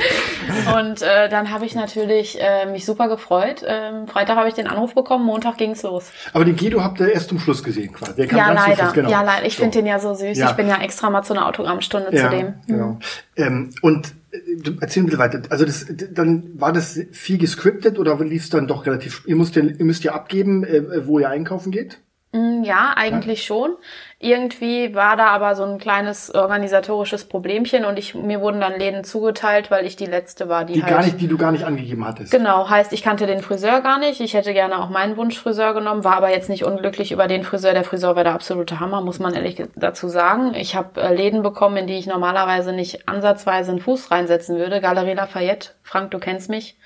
[SPEAKER 4] Und äh, dann habe ich natürlich äh, mich super gefreut. Ähm, Freitag habe ich den Anruf bekommen, Montag ging's los.
[SPEAKER 2] Aber den Guido habt ihr erst zum Schluss gesehen, quasi. Der kam
[SPEAKER 4] ja,
[SPEAKER 2] ganz zum
[SPEAKER 4] leider.
[SPEAKER 2] Schluss, genau.
[SPEAKER 4] Ja, leider. Ich
[SPEAKER 2] So.
[SPEAKER 4] finde den ja so süß.
[SPEAKER 2] Ja.
[SPEAKER 4] Ich bin ja extra mal zu einer Autogrammstunde zu dem. Mhm.
[SPEAKER 2] Genau. Ähm, und äh, du- erzähl bitte weiter. Also das, d- dann war das viel gescriptet oder lief es dann doch relativ? Ihr müsst, ja- ihr müsst ja abgeben, äh, äh, wo ihr einkaufen geht.
[SPEAKER 4] Mm, Ja, eigentlich schon. Irgendwie war da aber so ein kleines organisatorisches Problemchen und ich, mir wurden dann Läden zugeteilt, weil ich die letzte war, die,
[SPEAKER 2] Die
[SPEAKER 4] halt.
[SPEAKER 2] gar nicht, die du gar nicht angegeben hattest.
[SPEAKER 4] Genau, heißt, ich kannte den Friseur gar nicht. Ich hätte gerne auch meinen Wunschfriseur genommen, war aber jetzt nicht unglücklich über den Friseur. Der Friseur war der absolute Hammer, muss man ehrlich ge- dazu sagen. Ich habe äh, Läden bekommen, in die ich normalerweise nicht ansatzweise einen Fuß reinsetzen würde. Galerie Lafayette, Frank, du kennst mich.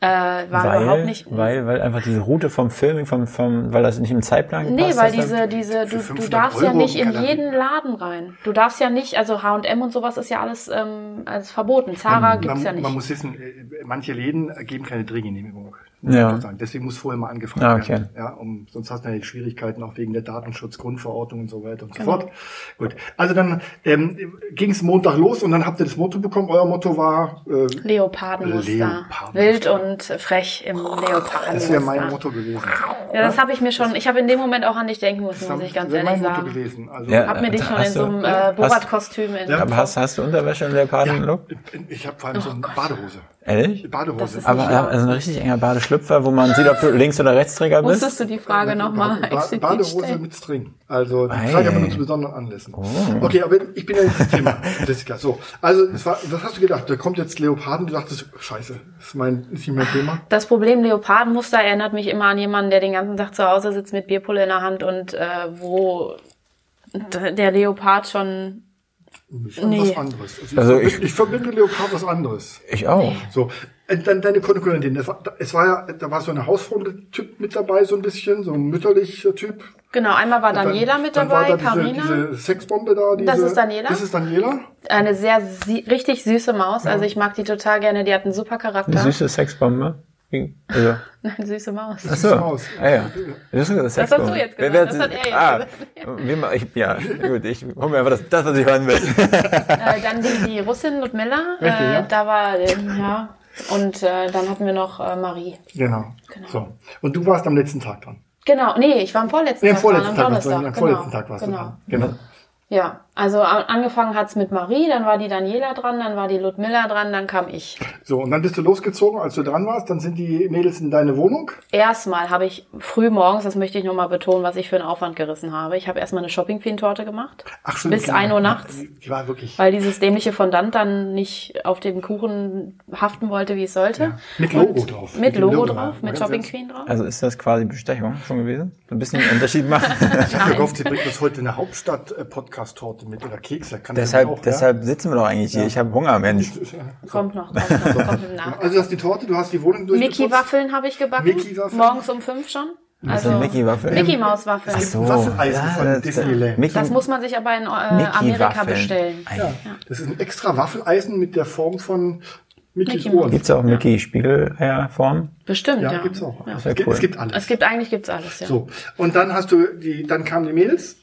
[SPEAKER 4] Äh, war überhaupt nicht.
[SPEAKER 3] Weil, weil einfach diese Route vom Filming, vom, vom, weil das nicht im Zeitplan gepasst
[SPEAKER 4] Nee, weil
[SPEAKER 3] hat,
[SPEAKER 4] diese, diese, du, du
[SPEAKER 2] 500
[SPEAKER 4] darfst ja
[SPEAKER 2] Euro
[SPEAKER 4] nicht in
[SPEAKER 2] Galerie.
[SPEAKER 4] jeden Laden rein. Du darfst ja nicht, also H&M und sowas ist ja alles, ähm, alles verboten. Zara gibt's
[SPEAKER 2] man,
[SPEAKER 4] ja nicht.
[SPEAKER 2] man muss wissen, äh, manche Läden geben keine Drehgenehmigung.
[SPEAKER 3] Ja.
[SPEAKER 2] Muss ich sagen. Deswegen muss vorher mal angefragt
[SPEAKER 3] Ah, okay.
[SPEAKER 2] werden. Ja, um, sonst hast du ja die Schwierigkeiten auch wegen der Datenschutzgrundverordnung und so weiter und so
[SPEAKER 4] Genau.
[SPEAKER 2] fort. Gut. Also dann ähm, ging es Montag los und dann habt ihr das Motto bekommen. Euer Motto war äh,
[SPEAKER 4] Leopardenmuster.
[SPEAKER 2] Leopardenmuster. Oh,
[SPEAKER 4] Wild und frech im
[SPEAKER 2] Das
[SPEAKER 4] Leopardenmuster.
[SPEAKER 2] wäre mein Motto gewesen.
[SPEAKER 4] Ja, das habe ich mir schon, ich habe in dem Moment auch an dich denken müssen, muss ich
[SPEAKER 2] Das
[SPEAKER 4] ganz
[SPEAKER 2] wäre
[SPEAKER 4] ehrlich
[SPEAKER 2] mein Motto
[SPEAKER 4] sagen.
[SPEAKER 2] gewesen. Also
[SPEAKER 3] Ja.
[SPEAKER 4] Hab mir dich schon in
[SPEAKER 3] Hast
[SPEAKER 4] so
[SPEAKER 3] du-
[SPEAKER 4] einem äh,
[SPEAKER 3] hast-
[SPEAKER 4] Borat-Kostüm in
[SPEAKER 3] Aber hast, hast du Unterwäsche und Leoparden-Look?
[SPEAKER 2] ich habe vor allem so eine Badehose.
[SPEAKER 3] Ehrlich?
[SPEAKER 4] Oh Das
[SPEAKER 2] Badehose.
[SPEAKER 4] ist-
[SPEAKER 3] Äh. Aber ja, also ein richtig enger Badeschlüpfer, wo man sieht, ob du Links- oder Rechtsträger bist.
[SPEAKER 4] Musstest du die Frage nochmal
[SPEAKER 2] Ba-
[SPEAKER 4] (laughs)
[SPEAKER 2] Ba- Badehose mit String. Also die trage ich aber nur zu besonderen Anlässen. Okay, aber ich bin ja nicht das Thema. Jessica, so. Also es war, was hast du gedacht? Da kommt jetzt Leoparden, du dachtest, scheiße, das ist, mein, ist nicht mein Thema.
[SPEAKER 4] Das Problem Leopardenmuster erinnert mich immer an jemanden, der den ganzen Tag zu Hause sitzt mit Bierpulle in der Hand und äh, wo d- der Leopard schon
[SPEAKER 2] Hm, Ich fand
[SPEAKER 4] Nee.
[SPEAKER 2] was anderes. Also ich,
[SPEAKER 3] Also ich-
[SPEAKER 2] verbinde, ich verbinde Leopard was anderes.
[SPEAKER 3] Ich auch.
[SPEAKER 2] So, und dann deine Konkurrentin, das war, da- es war ja, da war so eine Hausfrau-Typ mit dabei, so ein bisschen, so ein mütterlicher Typ.
[SPEAKER 4] Genau, einmal war Daniela
[SPEAKER 2] Dann-
[SPEAKER 4] mit
[SPEAKER 2] dann
[SPEAKER 4] dabei,
[SPEAKER 2] war da
[SPEAKER 4] Karina.
[SPEAKER 2] Diese, diese Sexbombe da. Diese,
[SPEAKER 4] Das ist Daniela?
[SPEAKER 2] Das ist Daniela.
[SPEAKER 4] Eine sehr sie richtig süße Maus. Also ich mag die total gerne, die hat einen super
[SPEAKER 3] Eine
[SPEAKER 4] Charakter. (laughs)
[SPEAKER 3] süße Sexbombe. Also,
[SPEAKER 4] Nein, süße Maus.
[SPEAKER 3] ach so.
[SPEAKER 2] Maus.
[SPEAKER 3] Ah, ja. Das, ist eine
[SPEAKER 4] hast
[SPEAKER 3] Sexbombe.
[SPEAKER 4] du jetzt
[SPEAKER 3] Wer-
[SPEAKER 4] gesagt, das
[SPEAKER 3] wer-
[SPEAKER 4] hat er jetzt
[SPEAKER 3] ah, (laughs) wir ma- ich, Ja, gut, ich hol mir einfach das, das, was ich hören will.
[SPEAKER 4] Äh, dann die, die Russin Ludmilla,
[SPEAKER 2] Richtig,
[SPEAKER 4] äh,
[SPEAKER 2] ja.
[SPEAKER 4] da war, äh, ja. Und äh, dann hatten wir noch äh, Marie.
[SPEAKER 2] Genau. So. Und du warst am letzten Tag dran.
[SPEAKER 4] Genau, nee, ich war am vorletzten
[SPEAKER 2] Nee, am
[SPEAKER 4] Tag. dran,
[SPEAKER 2] vorletzten Tag, warst du
[SPEAKER 4] Donnerstag,
[SPEAKER 2] dran. Am
[SPEAKER 4] genau,
[SPEAKER 2] vorletzten Tag warst
[SPEAKER 4] genau.
[SPEAKER 2] du dran. Genau.
[SPEAKER 3] Mhm.
[SPEAKER 4] Ja, also a- angefangen hat's mit Marie, dann war die Daniela dran, dann war die Ludmilla dran, dann kam ich.
[SPEAKER 2] So, und dann bist du losgezogen, als du dran warst. Dann sind die Mädels in deine Wohnung.
[SPEAKER 4] Erstmal habe ich früh morgens, das möchte ich nochmal betonen, was ich für einen Aufwand gerissen habe. Ich habe erstmal eine shopping torte gemacht. Bis
[SPEAKER 2] ein
[SPEAKER 4] 1 Uhr nachts.
[SPEAKER 2] Die war wirklich.
[SPEAKER 4] Weil dieses dämliche Fondant dann nicht auf dem Kuchen haften wollte, wie es sollte.
[SPEAKER 2] Mit Logo drauf.
[SPEAKER 4] Mit,
[SPEAKER 2] Mit dem
[SPEAKER 4] Logo
[SPEAKER 2] Logo
[SPEAKER 4] drauf,
[SPEAKER 2] drauf.
[SPEAKER 4] mit
[SPEAKER 2] Ja,
[SPEAKER 4] Shopping
[SPEAKER 2] selbst-
[SPEAKER 4] Queen drauf.
[SPEAKER 3] (laughs) Also ist das quasi Bestechung schon gewesen? So ein bisschen einen Unterschied machen.
[SPEAKER 2] Ich habe gehofft, sie bringt uns heute eine Hauptstadt-Podcast-Torte mit oder Kekse. Kann sie
[SPEAKER 3] (laughs) deshalb,
[SPEAKER 2] auch, ja?
[SPEAKER 3] deshalb sitzen wir doch eigentlich hier. Ich habe Hunger, Mensch.
[SPEAKER 4] Kommt noch, kommt noch, kommt im Nachgang.
[SPEAKER 2] Also, du hast die Torte, du hast die Wohnung durchgeputzt.
[SPEAKER 4] Mickey-Waffeln habe ich gebacken.
[SPEAKER 2] Mickey-Waffeln?
[SPEAKER 4] Morgens um fünf schon. Also
[SPEAKER 3] sind Mickey-Waffeln?
[SPEAKER 4] Mickey-Maus-Waffeln.
[SPEAKER 2] Ach so. Ähm, Ein Waffeleisen von Disneyland.
[SPEAKER 3] äh, Mickey,
[SPEAKER 4] Das muss man sich aber in äh, Amerika
[SPEAKER 3] Waffeln.
[SPEAKER 4] bestellen.
[SPEAKER 2] Das ist ein extra Waffeleisen mit der Form von Mickey's
[SPEAKER 4] Mickey
[SPEAKER 2] Ohren.
[SPEAKER 4] Mouse.
[SPEAKER 3] Gibt's auch Mickey-Spiegel-Form?
[SPEAKER 4] Bestimmt,
[SPEAKER 2] Ja,
[SPEAKER 4] ja.
[SPEAKER 2] gibt's auch.
[SPEAKER 4] Ja.
[SPEAKER 2] Es,
[SPEAKER 3] Sehr
[SPEAKER 2] gibt,
[SPEAKER 3] cool.
[SPEAKER 2] es gibt alles.
[SPEAKER 4] Es gibt eigentlich gibt's alles, ja. Mhm.
[SPEAKER 2] So, und dann hast du die, dann kamen die Mädels.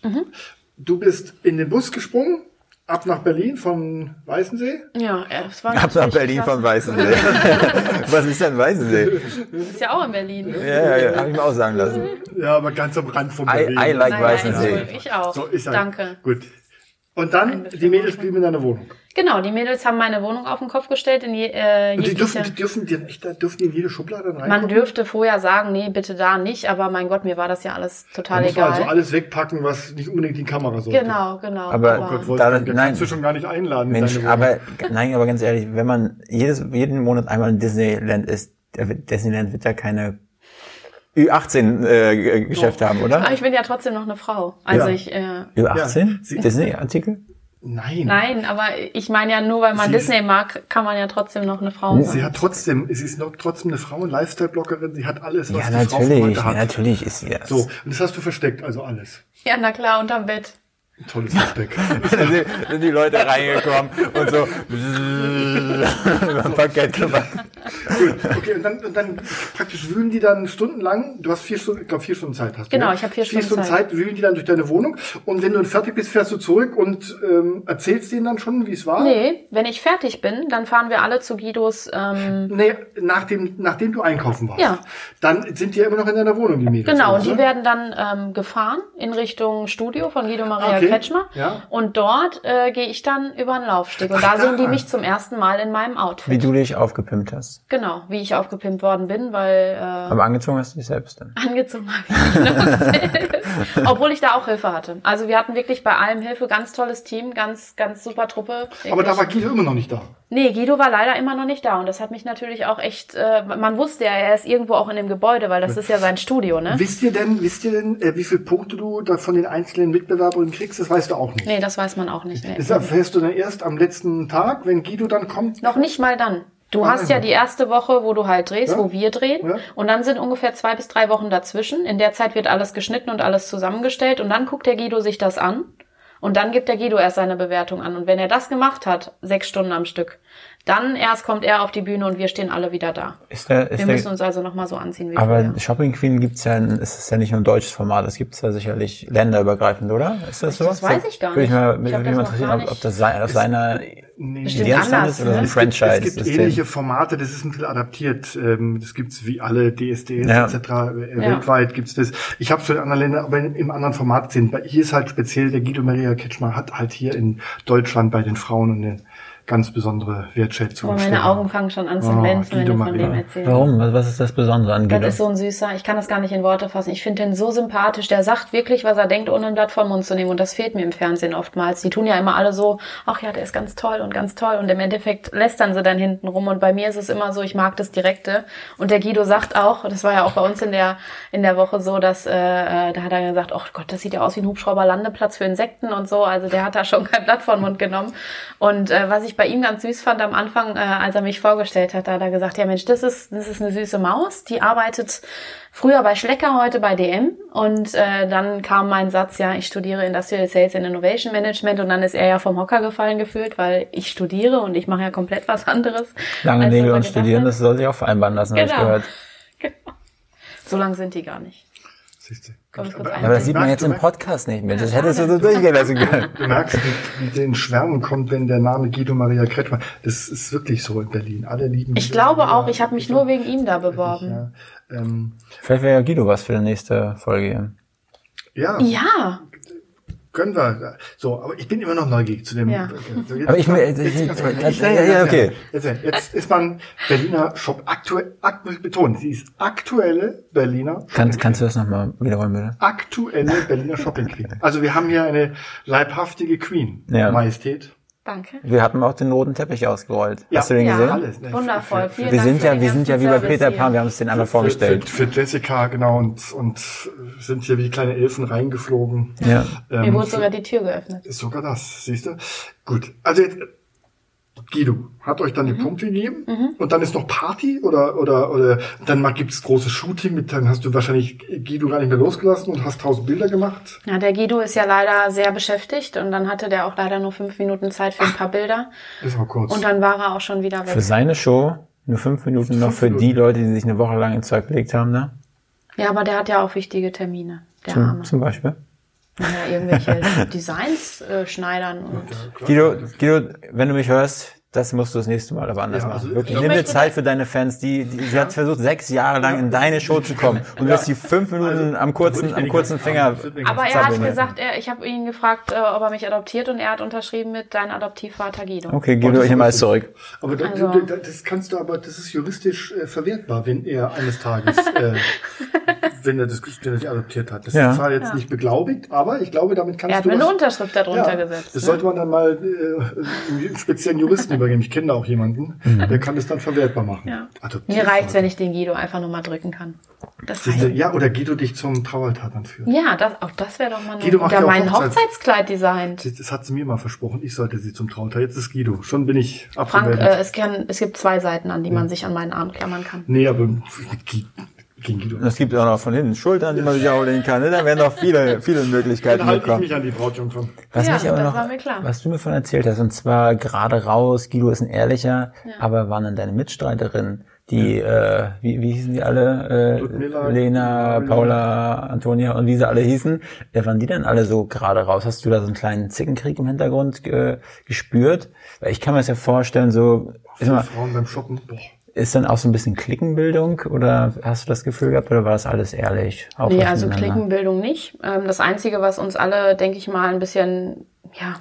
[SPEAKER 2] Du bist in den Bus gesprungen, ab nach Berlin von Weißensee.
[SPEAKER 4] Ja, äh, es war
[SPEAKER 3] Ab nach
[SPEAKER 4] natürlich
[SPEAKER 3] Berlin
[SPEAKER 4] klasse.
[SPEAKER 3] von Weißensee. (laughs) Was ist denn Weißensee?
[SPEAKER 4] Ist ja auch in Berlin.
[SPEAKER 3] Ja, ja, ja, hab ich mir auch sagen lassen.
[SPEAKER 2] Ja, aber ganz am Rand von
[SPEAKER 3] I,
[SPEAKER 2] Berlin.
[SPEAKER 3] I like
[SPEAKER 4] Nein,
[SPEAKER 3] Weißensee.
[SPEAKER 4] nein, also ich auch.
[SPEAKER 2] So, ich sag,
[SPEAKER 4] Danke.
[SPEAKER 2] Gut. Und dann,
[SPEAKER 4] Ein bisschen
[SPEAKER 2] die Mädels
[SPEAKER 4] Wohnung.
[SPEAKER 2] blieben in deiner Wohnung.
[SPEAKER 4] Genau, die Mädels haben meine Wohnung auf den Kopf gestellt. In je, äh,
[SPEAKER 2] Und die dürfen,
[SPEAKER 4] jegliche-
[SPEAKER 2] die dürfen, die, echt, da dürfen die in jede Schublade rein.
[SPEAKER 4] man dürfte vorher sagen, nee, bitte da nicht, aber mein Gott, mir war das ja alles total
[SPEAKER 2] muss man
[SPEAKER 4] egal.
[SPEAKER 2] also alles wegpacken, was nicht unbedingt in die Kamera sollte.
[SPEAKER 4] genau, genau.
[SPEAKER 3] Aber-
[SPEAKER 2] Oh Gott,
[SPEAKER 3] Wolf-
[SPEAKER 2] Wolfgang, da
[SPEAKER 3] Nein.
[SPEAKER 2] kannst du schon gar nicht einladen. in
[SPEAKER 3] Mensch,
[SPEAKER 2] deine Wohnung.
[SPEAKER 3] aber, nein, aber ganz ehrlich, wenn man jedes, jeden Monat einmal in Disneyland ist, der wird- Disneyland wird ja keine Ü18-Geschäfte haben,
[SPEAKER 4] aber
[SPEAKER 3] oder?
[SPEAKER 4] Ah, ich bin ja trotzdem noch eine Frau. Also
[SPEAKER 2] Ja.
[SPEAKER 4] ich, äh,
[SPEAKER 2] Ja,
[SPEAKER 3] Ü18?
[SPEAKER 2] sie-
[SPEAKER 3] Disney-Artikel?
[SPEAKER 2] Nein.
[SPEAKER 4] nein, aber ich meine ja nur, weil man
[SPEAKER 2] Sie-
[SPEAKER 4] Disney mag, kann man ja trotzdem noch eine Frau
[SPEAKER 2] Sie
[SPEAKER 4] sein.
[SPEAKER 2] hat trotzdem, sie ist noch trotzdem eine Frau, eine Lifestyle-Bloggerin, sie hat alles, was
[SPEAKER 3] Ja,
[SPEAKER 2] die Frau von
[SPEAKER 3] natürlich,
[SPEAKER 2] heute
[SPEAKER 3] ja,
[SPEAKER 2] hat.
[SPEAKER 3] natürlich ist sie das.
[SPEAKER 2] So, und das hast du versteckt, also alles.
[SPEAKER 4] Ja, na klar, unterm Bett.
[SPEAKER 2] Ein tolles Versteck.
[SPEAKER 3] Da sind, sind die Leute reingekommen und so über ein Parkett gemacht.
[SPEAKER 2] Gut, okay, und dann, und dann praktisch wühlen die dann stundenlang, du hast vier Stunden, ich glaube vier Stunden Zeit hast du.
[SPEAKER 4] Genau,
[SPEAKER 2] ne?
[SPEAKER 4] ich hab vier
[SPEAKER 2] Stunden
[SPEAKER 4] Stunden
[SPEAKER 2] Zeit. wühlen die dann durch deine Wohnung und wenn du fertig bist, fährst du zurück und ähm, erzählst denen dann schon, wie es war.
[SPEAKER 4] Nee, wenn ich fertig bin, dann fahren wir alle zu Guidos. Ähm,
[SPEAKER 2] Nee, nachdem, nachdem du einkaufen warst.
[SPEAKER 4] Ja.
[SPEAKER 2] Dann sind die ja immer noch in deiner Wohnung, die Mädels.
[SPEAKER 4] Genau,
[SPEAKER 2] oder?
[SPEAKER 4] und die werden dann ähm, gefahren in Richtung Studio von Guido Maria
[SPEAKER 2] Okay,
[SPEAKER 4] Kretschmer.
[SPEAKER 2] ja.
[SPEAKER 4] Und dort äh, gehe ich dann über den Laufsteg. Und da sehen die mich zum ersten Mal in meinem Outfit.
[SPEAKER 3] Wie du dich aufgepimpt hast.
[SPEAKER 4] Genau, wie ich aufgepimpt worden bin, weil
[SPEAKER 3] Aber angezogen hast du dich selbst dann.
[SPEAKER 4] äh, angezogen habe ich mich
[SPEAKER 2] (laughs)
[SPEAKER 4] noch selbst. Obwohl ich da auch Hilfe hatte. Also wir hatten wirklich bei allem Hilfe, ganz tolles Team, ganz, ganz super Truppe.
[SPEAKER 2] Aber da
[SPEAKER 4] wirklich.
[SPEAKER 2] war Guido immer noch nicht da.
[SPEAKER 4] Nee, Guido war leider immer noch nicht da und das hat mich natürlich auch echt, äh, man wusste ja, er ist irgendwo auch in dem Gebäude, weil
[SPEAKER 2] Äh,
[SPEAKER 4] das ist ja sein Studio, ne?
[SPEAKER 2] Wisst ihr denn, wisst ihr denn, äh, wie viele Punkte du da von den einzelnen Mitbewerberinnen kriegst? Das weißt du auch nicht.
[SPEAKER 4] Nee, das weiß man auch nicht. Nee.
[SPEAKER 2] Das erfährst du dann erst am letzten Tag, wenn Guido dann kommt.
[SPEAKER 4] Noch nicht mal dann. Du hast ja die erste Woche, wo du halt drehst, wo wir drehen.
[SPEAKER 2] Ah, Ja.
[SPEAKER 4] Und dann sind ungefähr zwei bis drei Wochen dazwischen. In der Zeit wird alles geschnitten und alles zusammengestellt. Und dann guckt der Guido sich das an. Und dann gibt der Guido erst seine Bewertung an. Und wenn er das gemacht hat, sechs Stunden am Stück, dann erst kommt er auf die Bühne und wir stehen alle wieder da.
[SPEAKER 3] Ist der, ist
[SPEAKER 4] Wir müssen
[SPEAKER 3] der,
[SPEAKER 4] uns also nochmal so anziehen wie vorher.
[SPEAKER 3] aber Shopping Queen gibt's ja, ein- es ist ja nicht nur ein deutsches Format, es gibt's ja sicherlich länderübergreifend, oder? Ist das so?
[SPEAKER 4] Das weiß ich gar
[SPEAKER 3] Würde ich
[SPEAKER 4] nicht.
[SPEAKER 3] mal,
[SPEAKER 4] Ich
[SPEAKER 3] mich
[SPEAKER 4] hab
[SPEAKER 3] würde
[SPEAKER 4] das
[SPEAKER 3] mich mal
[SPEAKER 4] noch
[SPEAKER 3] interessieren,
[SPEAKER 4] gar
[SPEAKER 3] ob,
[SPEAKER 4] nicht.
[SPEAKER 3] ob das sein, auf seiner
[SPEAKER 2] Nee.
[SPEAKER 4] Bestimmt
[SPEAKER 3] Indienstand ist oder so ein
[SPEAKER 4] anders,
[SPEAKER 2] Es
[SPEAKER 4] ne?
[SPEAKER 2] gibt ähnliche
[SPEAKER 3] Franchise-System.
[SPEAKER 2] Formate, das ist ein bisschen adaptiert. Ähm, Das gibt's wie alle DSDS
[SPEAKER 3] Ja.
[SPEAKER 2] etc. äh, weltweit gibt's das. Ich habe schon in anderen Ländern, aber in, im anderen Format gesehen. Bei- Hier ist halt speziell, der Guido Maria Ketschmer hat halt hier in Deutschland bei den Frauen eine ganz besondere Wertschätzung.
[SPEAKER 4] Aber meine Augen fangen schon an zu
[SPEAKER 2] Oh,
[SPEAKER 4] glänzen, wenn
[SPEAKER 2] Guido
[SPEAKER 4] du von
[SPEAKER 2] Maria.
[SPEAKER 4] dem erzählst.
[SPEAKER 3] Warum? Was, was ist das Besondere an Guido?
[SPEAKER 4] Das ist so ein süßer, ich kann das gar nicht in Worte fassen. Ich finde den so sympathisch. Der sagt wirklich, was er denkt, ohne ein Blatt vom Mund zu nehmen. Und das fehlt mir im Fernsehen oftmals. Die tun ja immer alle so, ach ja, der ist ganz toll und ganz toll. Und im Endeffekt lästern sie dann hinten rum. Und bei mir ist es immer so, ich mag das Direkte. Und der Guido sagt auch, das war ja auch bei uns in der, in der Woche so, dass, äh, äh, da hat er gesagt, oh Gott, das sieht ja aus wie ein Hubschrauberlandeplatz für Insekten und so. Also der hat da schon kein Blatt vom Mund genommen. Und äh, was ich bei ihm ganz süß fand am Anfang, äh, als er mich vorgestellt hat, da hat er gesagt, ja Mensch, das ist, das ist eine süße Maus, die arbeitet früher bei Schlecker, heute bei DM. Und äh, dann kam mein Satz, ja, ich studiere Industrial Sales and Innovation Management und dann ist er ja vom Hocker gefallen gefühlt, weil ich studiere und ich mache ja komplett was anderes.
[SPEAKER 3] Lange
[SPEAKER 4] als er
[SPEAKER 3] Nägel
[SPEAKER 4] mal
[SPEAKER 3] und
[SPEAKER 4] gedacht
[SPEAKER 3] Studieren,
[SPEAKER 4] hat.
[SPEAKER 3] das soll sich auch vereinbaren lassen, habe ich
[SPEAKER 4] Genau.
[SPEAKER 3] gehört.
[SPEAKER 4] (laughs) Genau. So lang sind die gar nicht. Komm, ich kurz ein.
[SPEAKER 3] Ja, aber das sieht man jetzt im Podcast nicht mehr. Das hättest du so durchgehen lassen können.
[SPEAKER 4] (laughs)
[SPEAKER 2] Du merkst, wie, wie den Schwärmen kommt, wenn der Name Guido Maria Kretschmer. Das ist wirklich so in Berlin. Alle lieben.
[SPEAKER 4] Ich
[SPEAKER 2] Guido
[SPEAKER 4] glaube
[SPEAKER 2] Maria
[SPEAKER 4] auch, ich habe mich nur wegen ihm da beworben.
[SPEAKER 2] Ja, ähm,
[SPEAKER 3] Vielleicht wäre ja Guido was für die nächste Folge hier.
[SPEAKER 2] ja,
[SPEAKER 4] Ja,
[SPEAKER 2] können wir. So, aber ich bin immer noch neugierig zu dem. äh,
[SPEAKER 4] Ja.
[SPEAKER 2] So, jetzt-
[SPEAKER 3] Aber ich mir, äh,
[SPEAKER 2] jetzt- ganz kurz. Ich-
[SPEAKER 3] ja, ja, okay.
[SPEAKER 2] Jetzt, jetzt ist man Berliner Shop aktuell, ak muss ich betonen, sie ist aktuelle Berliner
[SPEAKER 3] Kannst, kannst du das nochmal wiederholen, bitte?
[SPEAKER 2] aktuelle Berliner Shopping
[SPEAKER 3] (laughs)
[SPEAKER 2] Queen. Also wir haben hier eine leibhaftige Queen,
[SPEAKER 3] Ja.
[SPEAKER 2] Majestät.
[SPEAKER 4] danke.
[SPEAKER 3] Wir hatten auch den roten Teppich ausgerollt.
[SPEAKER 2] Ja.
[SPEAKER 3] Hast du den
[SPEAKER 4] Ja,
[SPEAKER 3] gesehen?
[SPEAKER 2] alles, ne?
[SPEAKER 4] wundervoll. Vielen
[SPEAKER 3] Wir
[SPEAKER 4] Dank
[SPEAKER 3] sind
[SPEAKER 4] für
[SPEAKER 3] ja,
[SPEAKER 4] den
[SPEAKER 3] wir sind ja wie
[SPEAKER 4] ganzen
[SPEAKER 3] bei
[SPEAKER 4] Service
[SPEAKER 3] Peter
[SPEAKER 4] hier.
[SPEAKER 3] Pan, wir haben es den einmal vorgestellt.
[SPEAKER 2] Für, für, für Jessica, genau, und, und sind hier wie kleine Elfen reingeflogen.
[SPEAKER 3] Ja.
[SPEAKER 4] Mir
[SPEAKER 2] Ähm,
[SPEAKER 4] wurde sogar die Tür geöffnet.
[SPEAKER 2] ist sogar das, siehst du? Gut, also jetzt, Guido hat euch dann
[SPEAKER 4] Mhm.
[SPEAKER 2] die Punkte gegeben und dann ist noch Party oder oder oder dann mal gibt's großes Shooting mit dann hast du wahrscheinlich Guido gar nicht mehr losgelassen und hast tausend Bilder gemacht.
[SPEAKER 4] Ja, der Guido ist ja leider sehr beschäftigt und dann hatte der auch leider nur fünf Minuten Zeit für ein paar Bilder
[SPEAKER 2] Das war kurz.
[SPEAKER 4] und dann war er auch schon wieder
[SPEAKER 3] Für
[SPEAKER 4] weg.
[SPEAKER 3] seine Show nur fünf Minuten noch für die Leute, die sich eine Woche lang ins Zeug gelegt haben, ne?
[SPEAKER 4] Ja, aber der hat ja auch wichtige Termine, der
[SPEAKER 3] Zum,
[SPEAKER 4] Arme.
[SPEAKER 3] zum Beispiel.
[SPEAKER 4] Ja, irgendwelche (laughs) Designs äh, schneidern und
[SPEAKER 3] Guido, Guido, wenn du mich hörst, das musst du das nächste Mal aber anders
[SPEAKER 2] Ja,
[SPEAKER 3] machen.
[SPEAKER 2] also
[SPEAKER 3] Wirklich,
[SPEAKER 2] ich
[SPEAKER 3] nimm dir
[SPEAKER 4] möchte-
[SPEAKER 3] Zeit für deine Fans. Die, die, sie hat versucht, sechs Jahre lang in deine Show zu kommen. Und du hast die fünf
[SPEAKER 2] Also,
[SPEAKER 3] Minuten am kurzen, am kurzen Finger.
[SPEAKER 4] Aber er hat
[SPEAKER 3] Sabrina.
[SPEAKER 4] gesagt, er, ich habe ihn gefragt, äh, ob er mich adoptiert und er hat unterschrieben mit dein Adoptivvater Guido.
[SPEAKER 3] Okay, Guido, ich nehme alles zurück.
[SPEAKER 2] Aber da,
[SPEAKER 4] Also-
[SPEAKER 2] du- da- das kannst du aber, das ist juristisch äh, verwertbar, wenn er eines Tages,
[SPEAKER 4] (laughs)
[SPEAKER 2] äh, wenn er das wenn er dich adoptiert hat. Das
[SPEAKER 3] Ja.
[SPEAKER 2] ist zwar jetzt nicht beglaubigt, aber ich glaube, damit kannst
[SPEAKER 4] Er hat
[SPEAKER 2] du.
[SPEAKER 4] mir eine
[SPEAKER 2] was-
[SPEAKER 4] Unterschrift darunter
[SPEAKER 2] ja,
[SPEAKER 4] gesetzt.
[SPEAKER 2] Das
[SPEAKER 4] ne?
[SPEAKER 2] sollte man dann mal äh, einem speziellen Juristen übergeben. Ich kenne da auch jemanden, der kann das dann verwertbar machen.
[SPEAKER 4] Ja.
[SPEAKER 2] Adoptiv-
[SPEAKER 4] Mir reicht's, wenn ich den Guido einfach nur mal drücken kann. Das
[SPEAKER 2] Siehste,
[SPEAKER 4] reicht.
[SPEAKER 2] ja, oder Guido dich zum Traualtar dann führt.
[SPEAKER 4] Ja, das, auch das wäre doch mal
[SPEAKER 2] Guido
[SPEAKER 4] eine,
[SPEAKER 2] macht
[SPEAKER 4] der
[SPEAKER 2] ja auch
[SPEAKER 4] mein
[SPEAKER 2] Hochzeits-
[SPEAKER 4] Hochzeitskleid designt.
[SPEAKER 2] Das das hat sie mir mal versprochen, ich sollte sie zum Traualtar. Jetzt ist Guido. Schon bin ich
[SPEAKER 4] Frank,
[SPEAKER 2] abgemeldet.
[SPEAKER 4] äh, es, kann, es gibt zwei Seiten, an die man sich an meinen Arm klammern kann.
[SPEAKER 2] nee, aber mit Gui- gegen Guido.
[SPEAKER 3] Und es gibt auch noch von hinten Schultern, die man sich holen kann. Ne? Da werden noch viele, viele Möglichkeiten
[SPEAKER 2] Dann halte ich
[SPEAKER 3] gekommen.
[SPEAKER 2] mich an die Brautjungfern.
[SPEAKER 3] Was
[SPEAKER 4] Ja,
[SPEAKER 3] mich aber
[SPEAKER 4] das
[SPEAKER 3] noch,
[SPEAKER 4] war mir klar.
[SPEAKER 3] was du mir von erzählt hast, und zwar gerade raus, Guido ist ein ehrlicher, aber waren dann deine Mitstreiterinnen, die, äh, wie, wie hießen die alle? Äh,
[SPEAKER 2] Ludmilla,
[SPEAKER 3] Lena,
[SPEAKER 2] Paula.
[SPEAKER 3] Paula, Antonia und wie sie alle hießen, äh, waren die denn alle so gerade raus? Hast du da so einen kleinen Zickenkrieg im Hintergrund äh, gespürt? Weil ich kann mir das ja vorstellen, so, ist,
[SPEAKER 2] Die
[SPEAKER 3] mal,
[SPEAKER 2] Frauen beim Shoppen. Boah.
[SPEAKER 3] ist dann auch so ein bisschen Klickenbildung oder hast du das Gefühl gehabt oder war das alles ehrlich? Auch
[SPEAKER 4] Nee, also
[SPEAKER 3] miteinander?
[SPEAKER 4] Klickenbildung nicht. Ähm, das Einzige, was uns alle, denke ich mal, ein bisschen, ja,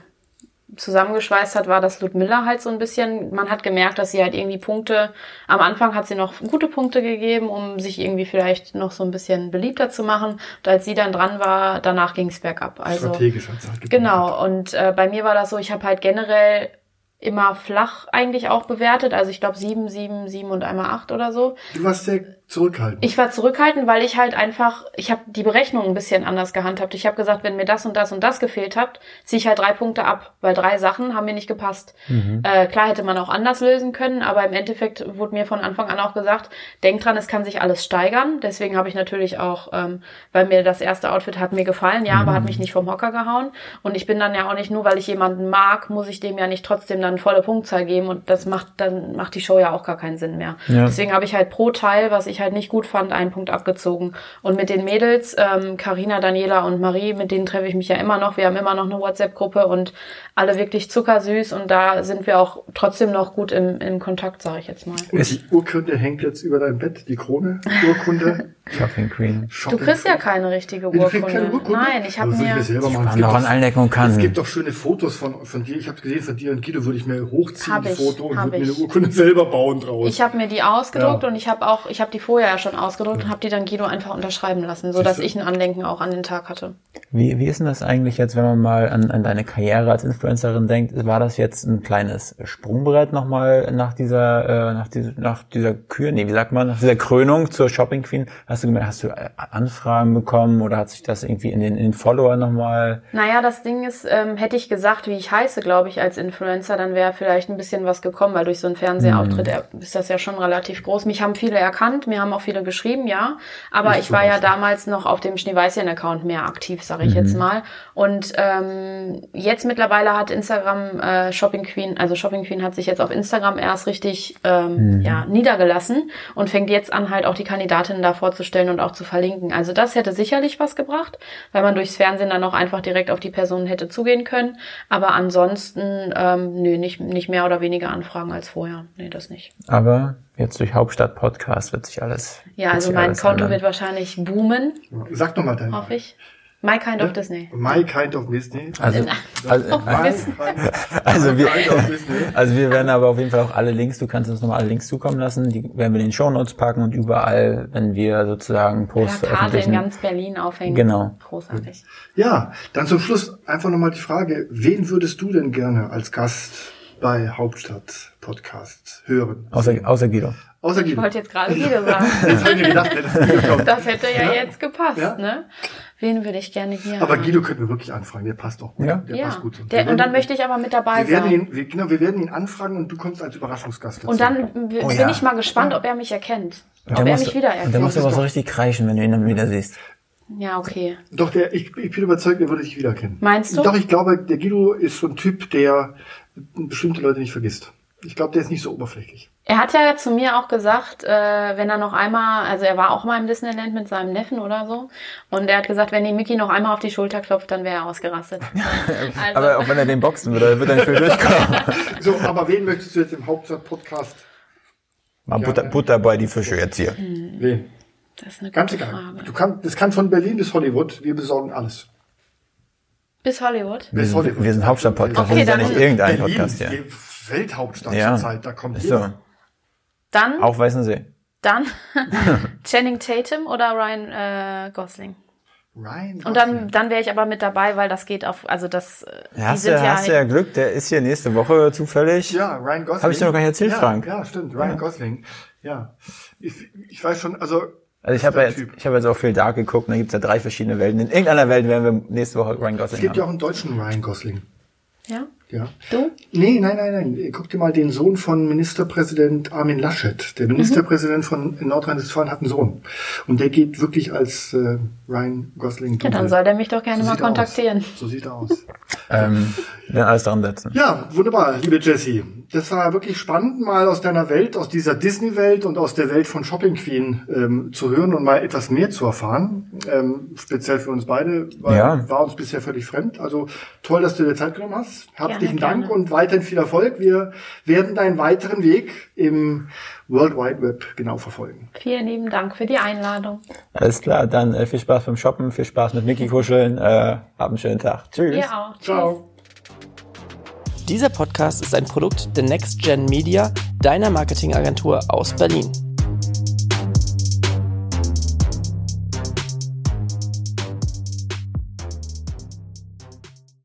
[SPEAKER 4] zusammengeschweißt hat, war, dass Ludmilla halt so ein bisschen, man hat gemerkt, dass sie halt irgendwie Punkte, am Anfang hat sie noch gute Punkte gegeben, um sich irgendwie vielleicht noch so ein bisschen beliebter zu machen. Und als sie dann dran war, danach ging es bergab. Also,
[SPEAKER 2] strategisch hat sie halt gebunkert.
[SPEAKER 4] Genau, und äh, bei mir war das so, ich habe halt generell immer flach eigentlich auch bewertet. Also ich glaube sieben, sieben, sieben und einmal acht oder so.
[SPEAKER 2] Du warst sehr zurückhaltend.
[SPEAKER 4] Ich war zurückhaltend, weil ich halt einfach, ich habe die Berechnung ein bisschen anders gehandhabt. Ich habe gesagt, wenn mir das und das und das gefehlt hat, ziehe ich halt drei Punkte ab, weil drei Sachen haben mir nicht gepasst.
[SPEAKER 3] Mhm.
[SPEAKER 4] Äh, klar hätte man auch anders lösen können, aber im Endeffekt wurde mir von Anfang an auch gesagt, denk dran, es kann sich alles steigern. Deswegen habe ich natürlich auch, ähm, weil mir das erste Outfit hat mir gefallen, ja, aber hat mich nicht vom Hocker gehauen. Und ich bin dann ja auch nicht nur, weil ich jemanden mag, muss ich dem ja nicht trotzdem dann volle Punktzahl geben und das macht dann macht die Show ja auch gar keinen Sinn mehr.
[SPEAKER 3] Ja.
[SPEAKER 4] Deswegen habe ich halt pro Teil, was ich halt nicht gut fand, einen Punkt abgezogen. Und mit den Mädels, ähm, Carina, Daniela und Marie, mit denen treffe ich mich ja immer noch. Wir haben immer noch eine WhatsApp-Gruppe und alle wirklich zuckersüß und da sind wir auch trotzdem noch gut im, im Kontakt, sage ich jetzt mal.
[SPEAKER 2] Und die Urkunde hängt jetzt über dein Bett, die Krone,
[SPEAKER 4] (laughs)
[SPEAKER 2] Urkunde.
[SPEAKER 3] Shopping Queen.
[SPEAKER 4] Du
[SPEAKER 2] Shopping.
[SPEAKER 4] kriegst ja keine richtige
[SPEAKER 2] Nee, du
[SPEAKER 4] Urkunde.
[SPEAKER 2] kriegst keine Urkunde. Also,
[SPEAKER 4] Nein, ich habe
[SPEAKER 2] Aber würde
[SPEAKER 4] mir.
[SPEAKER 2] mir selber machen.
[SPEAKER 3] waren
[SPEAKER 2] Es gibt
[SPEAKER 3] noch
[SPEAKER 2] doch-
[SPEAKER 3] an allen Ecken und Kanten.
[SPEAKER 2] Es gibt doch schöne Fotos von, von dir. Ich habe gesehen, von dir und Guido würde ich mir hochziehen,
[SPEAKER 4] Hab
[SPEAKER 2] die
[SPEAKER 4] ich,
[SPEAKER 2] Foto, und
[SPEAKER 4] hab
[SPEAKER 2] würde mir
[SPEAKER 4] ich.
[SPEAKER 2] eine Urkunde selber bauen draus.
[SPEAKER 4] Ich habe mir die ausgedruckt
[SPEAKER 2] Ja.
[SPEAKER 4] und ich habe auch, ich habe die vorher ja schon ausgedruckt und habe die dann Guido einfach unterschreiben lassen, so dass
[SPEAKER 2] Siehste.
[SPEAKER 4] ich ein Andenken auch an den Tag hatte.
[SPEAKER 3] Wie, wie ist denn das eigentlich jetzt, wenn man mal an, an deine Karriere als Influencerin denkt? War das jetzt ein kleines Sprungbrett nochmal nach dieser, äh, nach dieser, nach dieser Kür, nee, wie sagt man, nach dieser Krönung zur Shopping Queen? Hast du gemerkt, hast du äh, Anfragen bekommen oder hat sich das irgendwie in den, in den Follower nochmal?
[SPEAKER 4] Naja, das Ding ist, ähm, hätte ich gesagt, wie ich heiße, glaube ich, als Influencer, dann wäre vielleicht ein bisschen was gekommen, weil durch so einen Fernsehauftritt äh, ist das ja schon relativ groß. Mich haben viele erkannt, mir haben auch viele geschrieben, ja. Aber ich war ja damals noch auf dem Schneeweißchen-Account mehr aktiv, sage ich jetzt mal. Und ähm, jetzt mittlerweile hat Instagram äh, Shopping Queen, also Shopping Queen hat sich jetzt auf Instagram erst richtig ähm, ja, niedergelassen und fängt jetzt an, halt auch die Kandidatinnen da vorzustellen und auch zu verlinken. Also das hätte sicherlich was gebracht, weil man durchs Fernsehen dann auch einfach direkt auf die Person hätte zugehen können. Aber ansonsten, ähm, nö, nicht, nicht mehr oder weniger Anfragen als vorher. Nee, das nicht.
[SPEAKER 3] Aber jetzt durch Hauptstadt Podcast wird sich alles.
[SPEAKER 4] Ja,
[SPEAKER 3] wird
[SPEAKER 4] also
[SPEAKER 3] sich
[SPEAKER 4] mein
[SPEAKER 3] alles
[SPEAKER 4] Konto
[SPEAKER 3] ändern.
[SPEAKER 4] wird wahrscheinlich boomen,
[SPEAKER 2] Sag doch mal deinen
[SPEAKER 4] hoffe ich. My Kind of Disney.
[SPEAKER 2] My kind of Disney.
[SPEAKER 3] Also, also,
[SPEAKER 2] My
[SPEAKER 3] also,
[SPEAKER 2] kind
[SPEAKER 3] also wir,
[SPEAKER 2] kind of Disney.
[SPEAKER 3] (laughs) Also wir werden aber auf jeden Fall auch alle Links, du kannst uns nochmal alle Links zukommen lassen, die werden wir in den Shownotes packen und überall, wenn wir sozusagen Posts
[SPEAKER 4] Plakate in
[SPEAKER 3] veröffentlichen.
[SPEAKER 4] ganz Berlin aufhängen.
[SPEAKER 3] Genau.
[SPEAKER 4] Großartig.
[SPEAKER 2] Ja, dann zum Schluss einfach nochmal die Frage, wen würdest du denn gerne als Gast bei Hauptstadt Podcast hören?
[SPEAKER 3] Außer, außer Guido.
[SPEAKER 2] Außer
[SPEAKER 4] Ich
[SPEAKER 2] (laughs) Guido.
[SPEAKER 4] wollte jetzt gerade wieder sagen. (laughs)
[SPEAKER 2] Jetzt hab ich mir gedacht, wenn das Guido kommt.
[SPEAKER 4] Das hätte ja jetzt gepasst,
[SPEAKER 2] Ja.
[SPEAKER 4] ne? Wen würde ich gerne hier
[SPEAKER 2] Aber
[SPEAKER 4] haben?
[SPEAKER 2] Guido könnten wir wirklich anfragen, der passt auch gut.
[SPEAKER 3] Ja?
[SPEAKER 2] Der
[SPEAKER 4] ja.
[SPEAKER 2] passt gut.
[SPEAKER 4] Der, und dann möchte ich aber mit dabei
[SPEAKER 2] wir werden
[SPEAKER 4] sein.
[SPEAKER 2] ihn, wir, genau, wir werden ihn anfragen und du kommst als Überraschungsgast dazu.
[SPEAKER 4] und dann w-
[SPEAKER 3] Oh
[SPEAKER 4] bin
[SPEAKER 3] ja.
[SPEAKER 4] ich mal gespannt, ob er mich erkennt.
[SPEAKER 3] Und
[SPEAKER 4] Ob
[SPEAKER 3] dann
[SPEAKER 4] er
[SPEAKER 3] musst
[SPEAKER 4] mich
[SPEAKER 3] du- Und
[SPEAKER 4] wiedererkennt.
[SPEAKER 3] dann musst du aber so richtig kreischen, wenn du ihn dann wieder siehst.
[SPEAKER 4] ja, okay.
[SPEAKER 2] Doch, der, ich, ich bin überzeugt, er würde dich wiedererkennen.
[SPEAKER 4] Meinst du?
[SPEAKER 2] Doch, ich glaube, der Guido ist so ein Typ, der bestimmte Leute nicht vergisst. Ich glaube, der ist nicht so oberflächlich.
[SPEAKER 4] Er hat ja zu mir auch gesagt, äh, wenn er noch einmal, also er war auch mal im Disneyland mit seinem Neffen oder so, und er hat gesagt, wenn die Mickey noch einmal auf die Schulter klopft, dann wäre
[SPEAKER 3] (laughs)
[SPEAKER 4] er ausgerastet. Also,
[SPEAKER 3] Aber auch wenn er den boxen würde, wird er nicht viel durchkommen.
[SPEAKER 2] So, aber wen möchtest du jetzt im Hauptstadt-Podcast?
[SPEAKER 3] (laughs) Mal Butter, Butter bei die Fische jetzt hier.
[SPEAKER 2] Mhm. Wen?
[SPEAKER 4] das ist eine
[SPEAKER 2] Ganz
[SPEAKER 4] gute
[SPEAKER 2] egal.
[SPEAKER 4] Frage.
[SPEAKER 2] Du kann, das kann von Berlin bis Hollywood. Wir besorgen alles.
[SPEAKER 4] Bis Hollywood?
[SPEAKER 3] Wir
[SPEAKER 2] Bis
[SPEAKER 3] sind, wir sind Hauptstadt-Podcast,
[SPEAKER 4] Okay,
[SPEAKER 3] wir sind ja
[SPEAKER 4] dann-
[SPEAKER 3] nicht irgendein
[SPEAKER 2] Berlin
[SPEAKER 3] Podcast
[SPEAKER 2] ist
[SPEAKER 3] hier.
[SPEAKER 2] die Welthauptstadt
[SPEAKER 3] Ja.
[SPEAKER 2] zur Zeit. Da kommt
[SPEAKER 3] Ist so.
[SPEAKER 2] jeder.
[SPEAKER 4] Dann,
[SPEAKER 3] Auch Weißensee.
[SPEAKER 4] dann
[SPEAKER 3] (laughs)
[SPEAKER 4] Channing Tatum oder Ryan äh, Gosling.
[SPEAKER 2] Ryan
[SPEAKER 4] Und dann,
[SPEAKER 2] Gosling.
[SPEAKER 4] dann wäre ich aber mit dabei, weil das geht auf, also das, äh,
[SPEAKER 3] Ja, hast du, hast du ja Glück, der ist hier nächste Woche zufällig.
[SPEAKER 2] Ja, Ryan Gosling.
[SPEAKER 3] Hab ich dir noch gar nicht erzählt,
[SPEAKER 2] ja,
[SPEAKER 3] Frank.
[SPEAKER 2] Ja, stimmt. Ryan Gosling. Ja. Ich, ich weiß schon, also.
[SPEAKER 3] Also ich habe
[SPEAKER 2] der
[SPEAKER 3] jetzt,
[SPEAKER 2] Typ.
[SPEAKER 3] ich habe jetzt auch viel Dark geguckt, und da gibt's ja drei verschiedene Welten. In irgendeiner Welt werden wir nächste Woche Ryan
[SPEAKER 2] Es
[SPEAKER 3] Gosling
[SPEAKER 2] gibt
[SPEAKER 3] haben.
[SPEAKER 2] ja auch einen deutschen Ryan Gosling.
[SPEAKER 4] ja.
[SPEAKER 2] Ja.
[SPEAKER 4] Du?
[SPEAKER 2] Nee, nein, nein, nein. Guck dir mal den Sohn von Ministerpräsident Armin Laschet.
[SPEAKER 4] Mhm.
[SPEAKER 2] Der Ministerpräsident von Nordrhein-Westfalen hat einen Sohn. Und der geht wirklich als äh, Ryan Gosling.
[SPEAKER 4] Ja, dann soll der mich doch gerne mal
[SPEAKER 2] sieht er aus.
[SPEAKER 4] kontaktieren.
[SPEAKER 2] So sieht er aus.
[SPEAKER 3] (laughs) Ähm, dann alles dran setzen.
[SPEAKER 2] Ja, wunderbar, liebe Jessie. Das war wirklich spannend, mal aus deiner Welt, aus dieser Disney-Welt und aus der Welt von Shopping Queen ähm, zu hören und mal etwas mehr zu erfahren. Ähm, speziell für uns beide, weil
[SPEAKER 3] Ja.
[SPEAKER 2] war uns bisher völlig fremd. Also toll, dass du dir Zeit genommen hast. Herzlichen
[SPEAKER 4] Gerne,
[SPEAKER 2] Dank
[SPEAKER 4] gerne.
[SPEAKER 2] und weiterhin viel Erfolg. Wir werden deinen weiteren Weg im World Wide Web genau verfolgen.
[SPEAKER 4] Vielen lieben Dank für die Einladung.
[SPEAKER 3] Alles klar, dann äh, viel Spaß beim Shoppen, viel Spaß mit Mickey kuscheln, äh, hab einen schönen Tag. Tschüss.
[SPEAKER 4] Ihr auch. Tschüss.
[SPEAKER 2] Ciao.
[SPEAKER 5] Dieser Podcast ist ein Produkt der Next Gen Media, deiner Marketingagentur aus Berlin.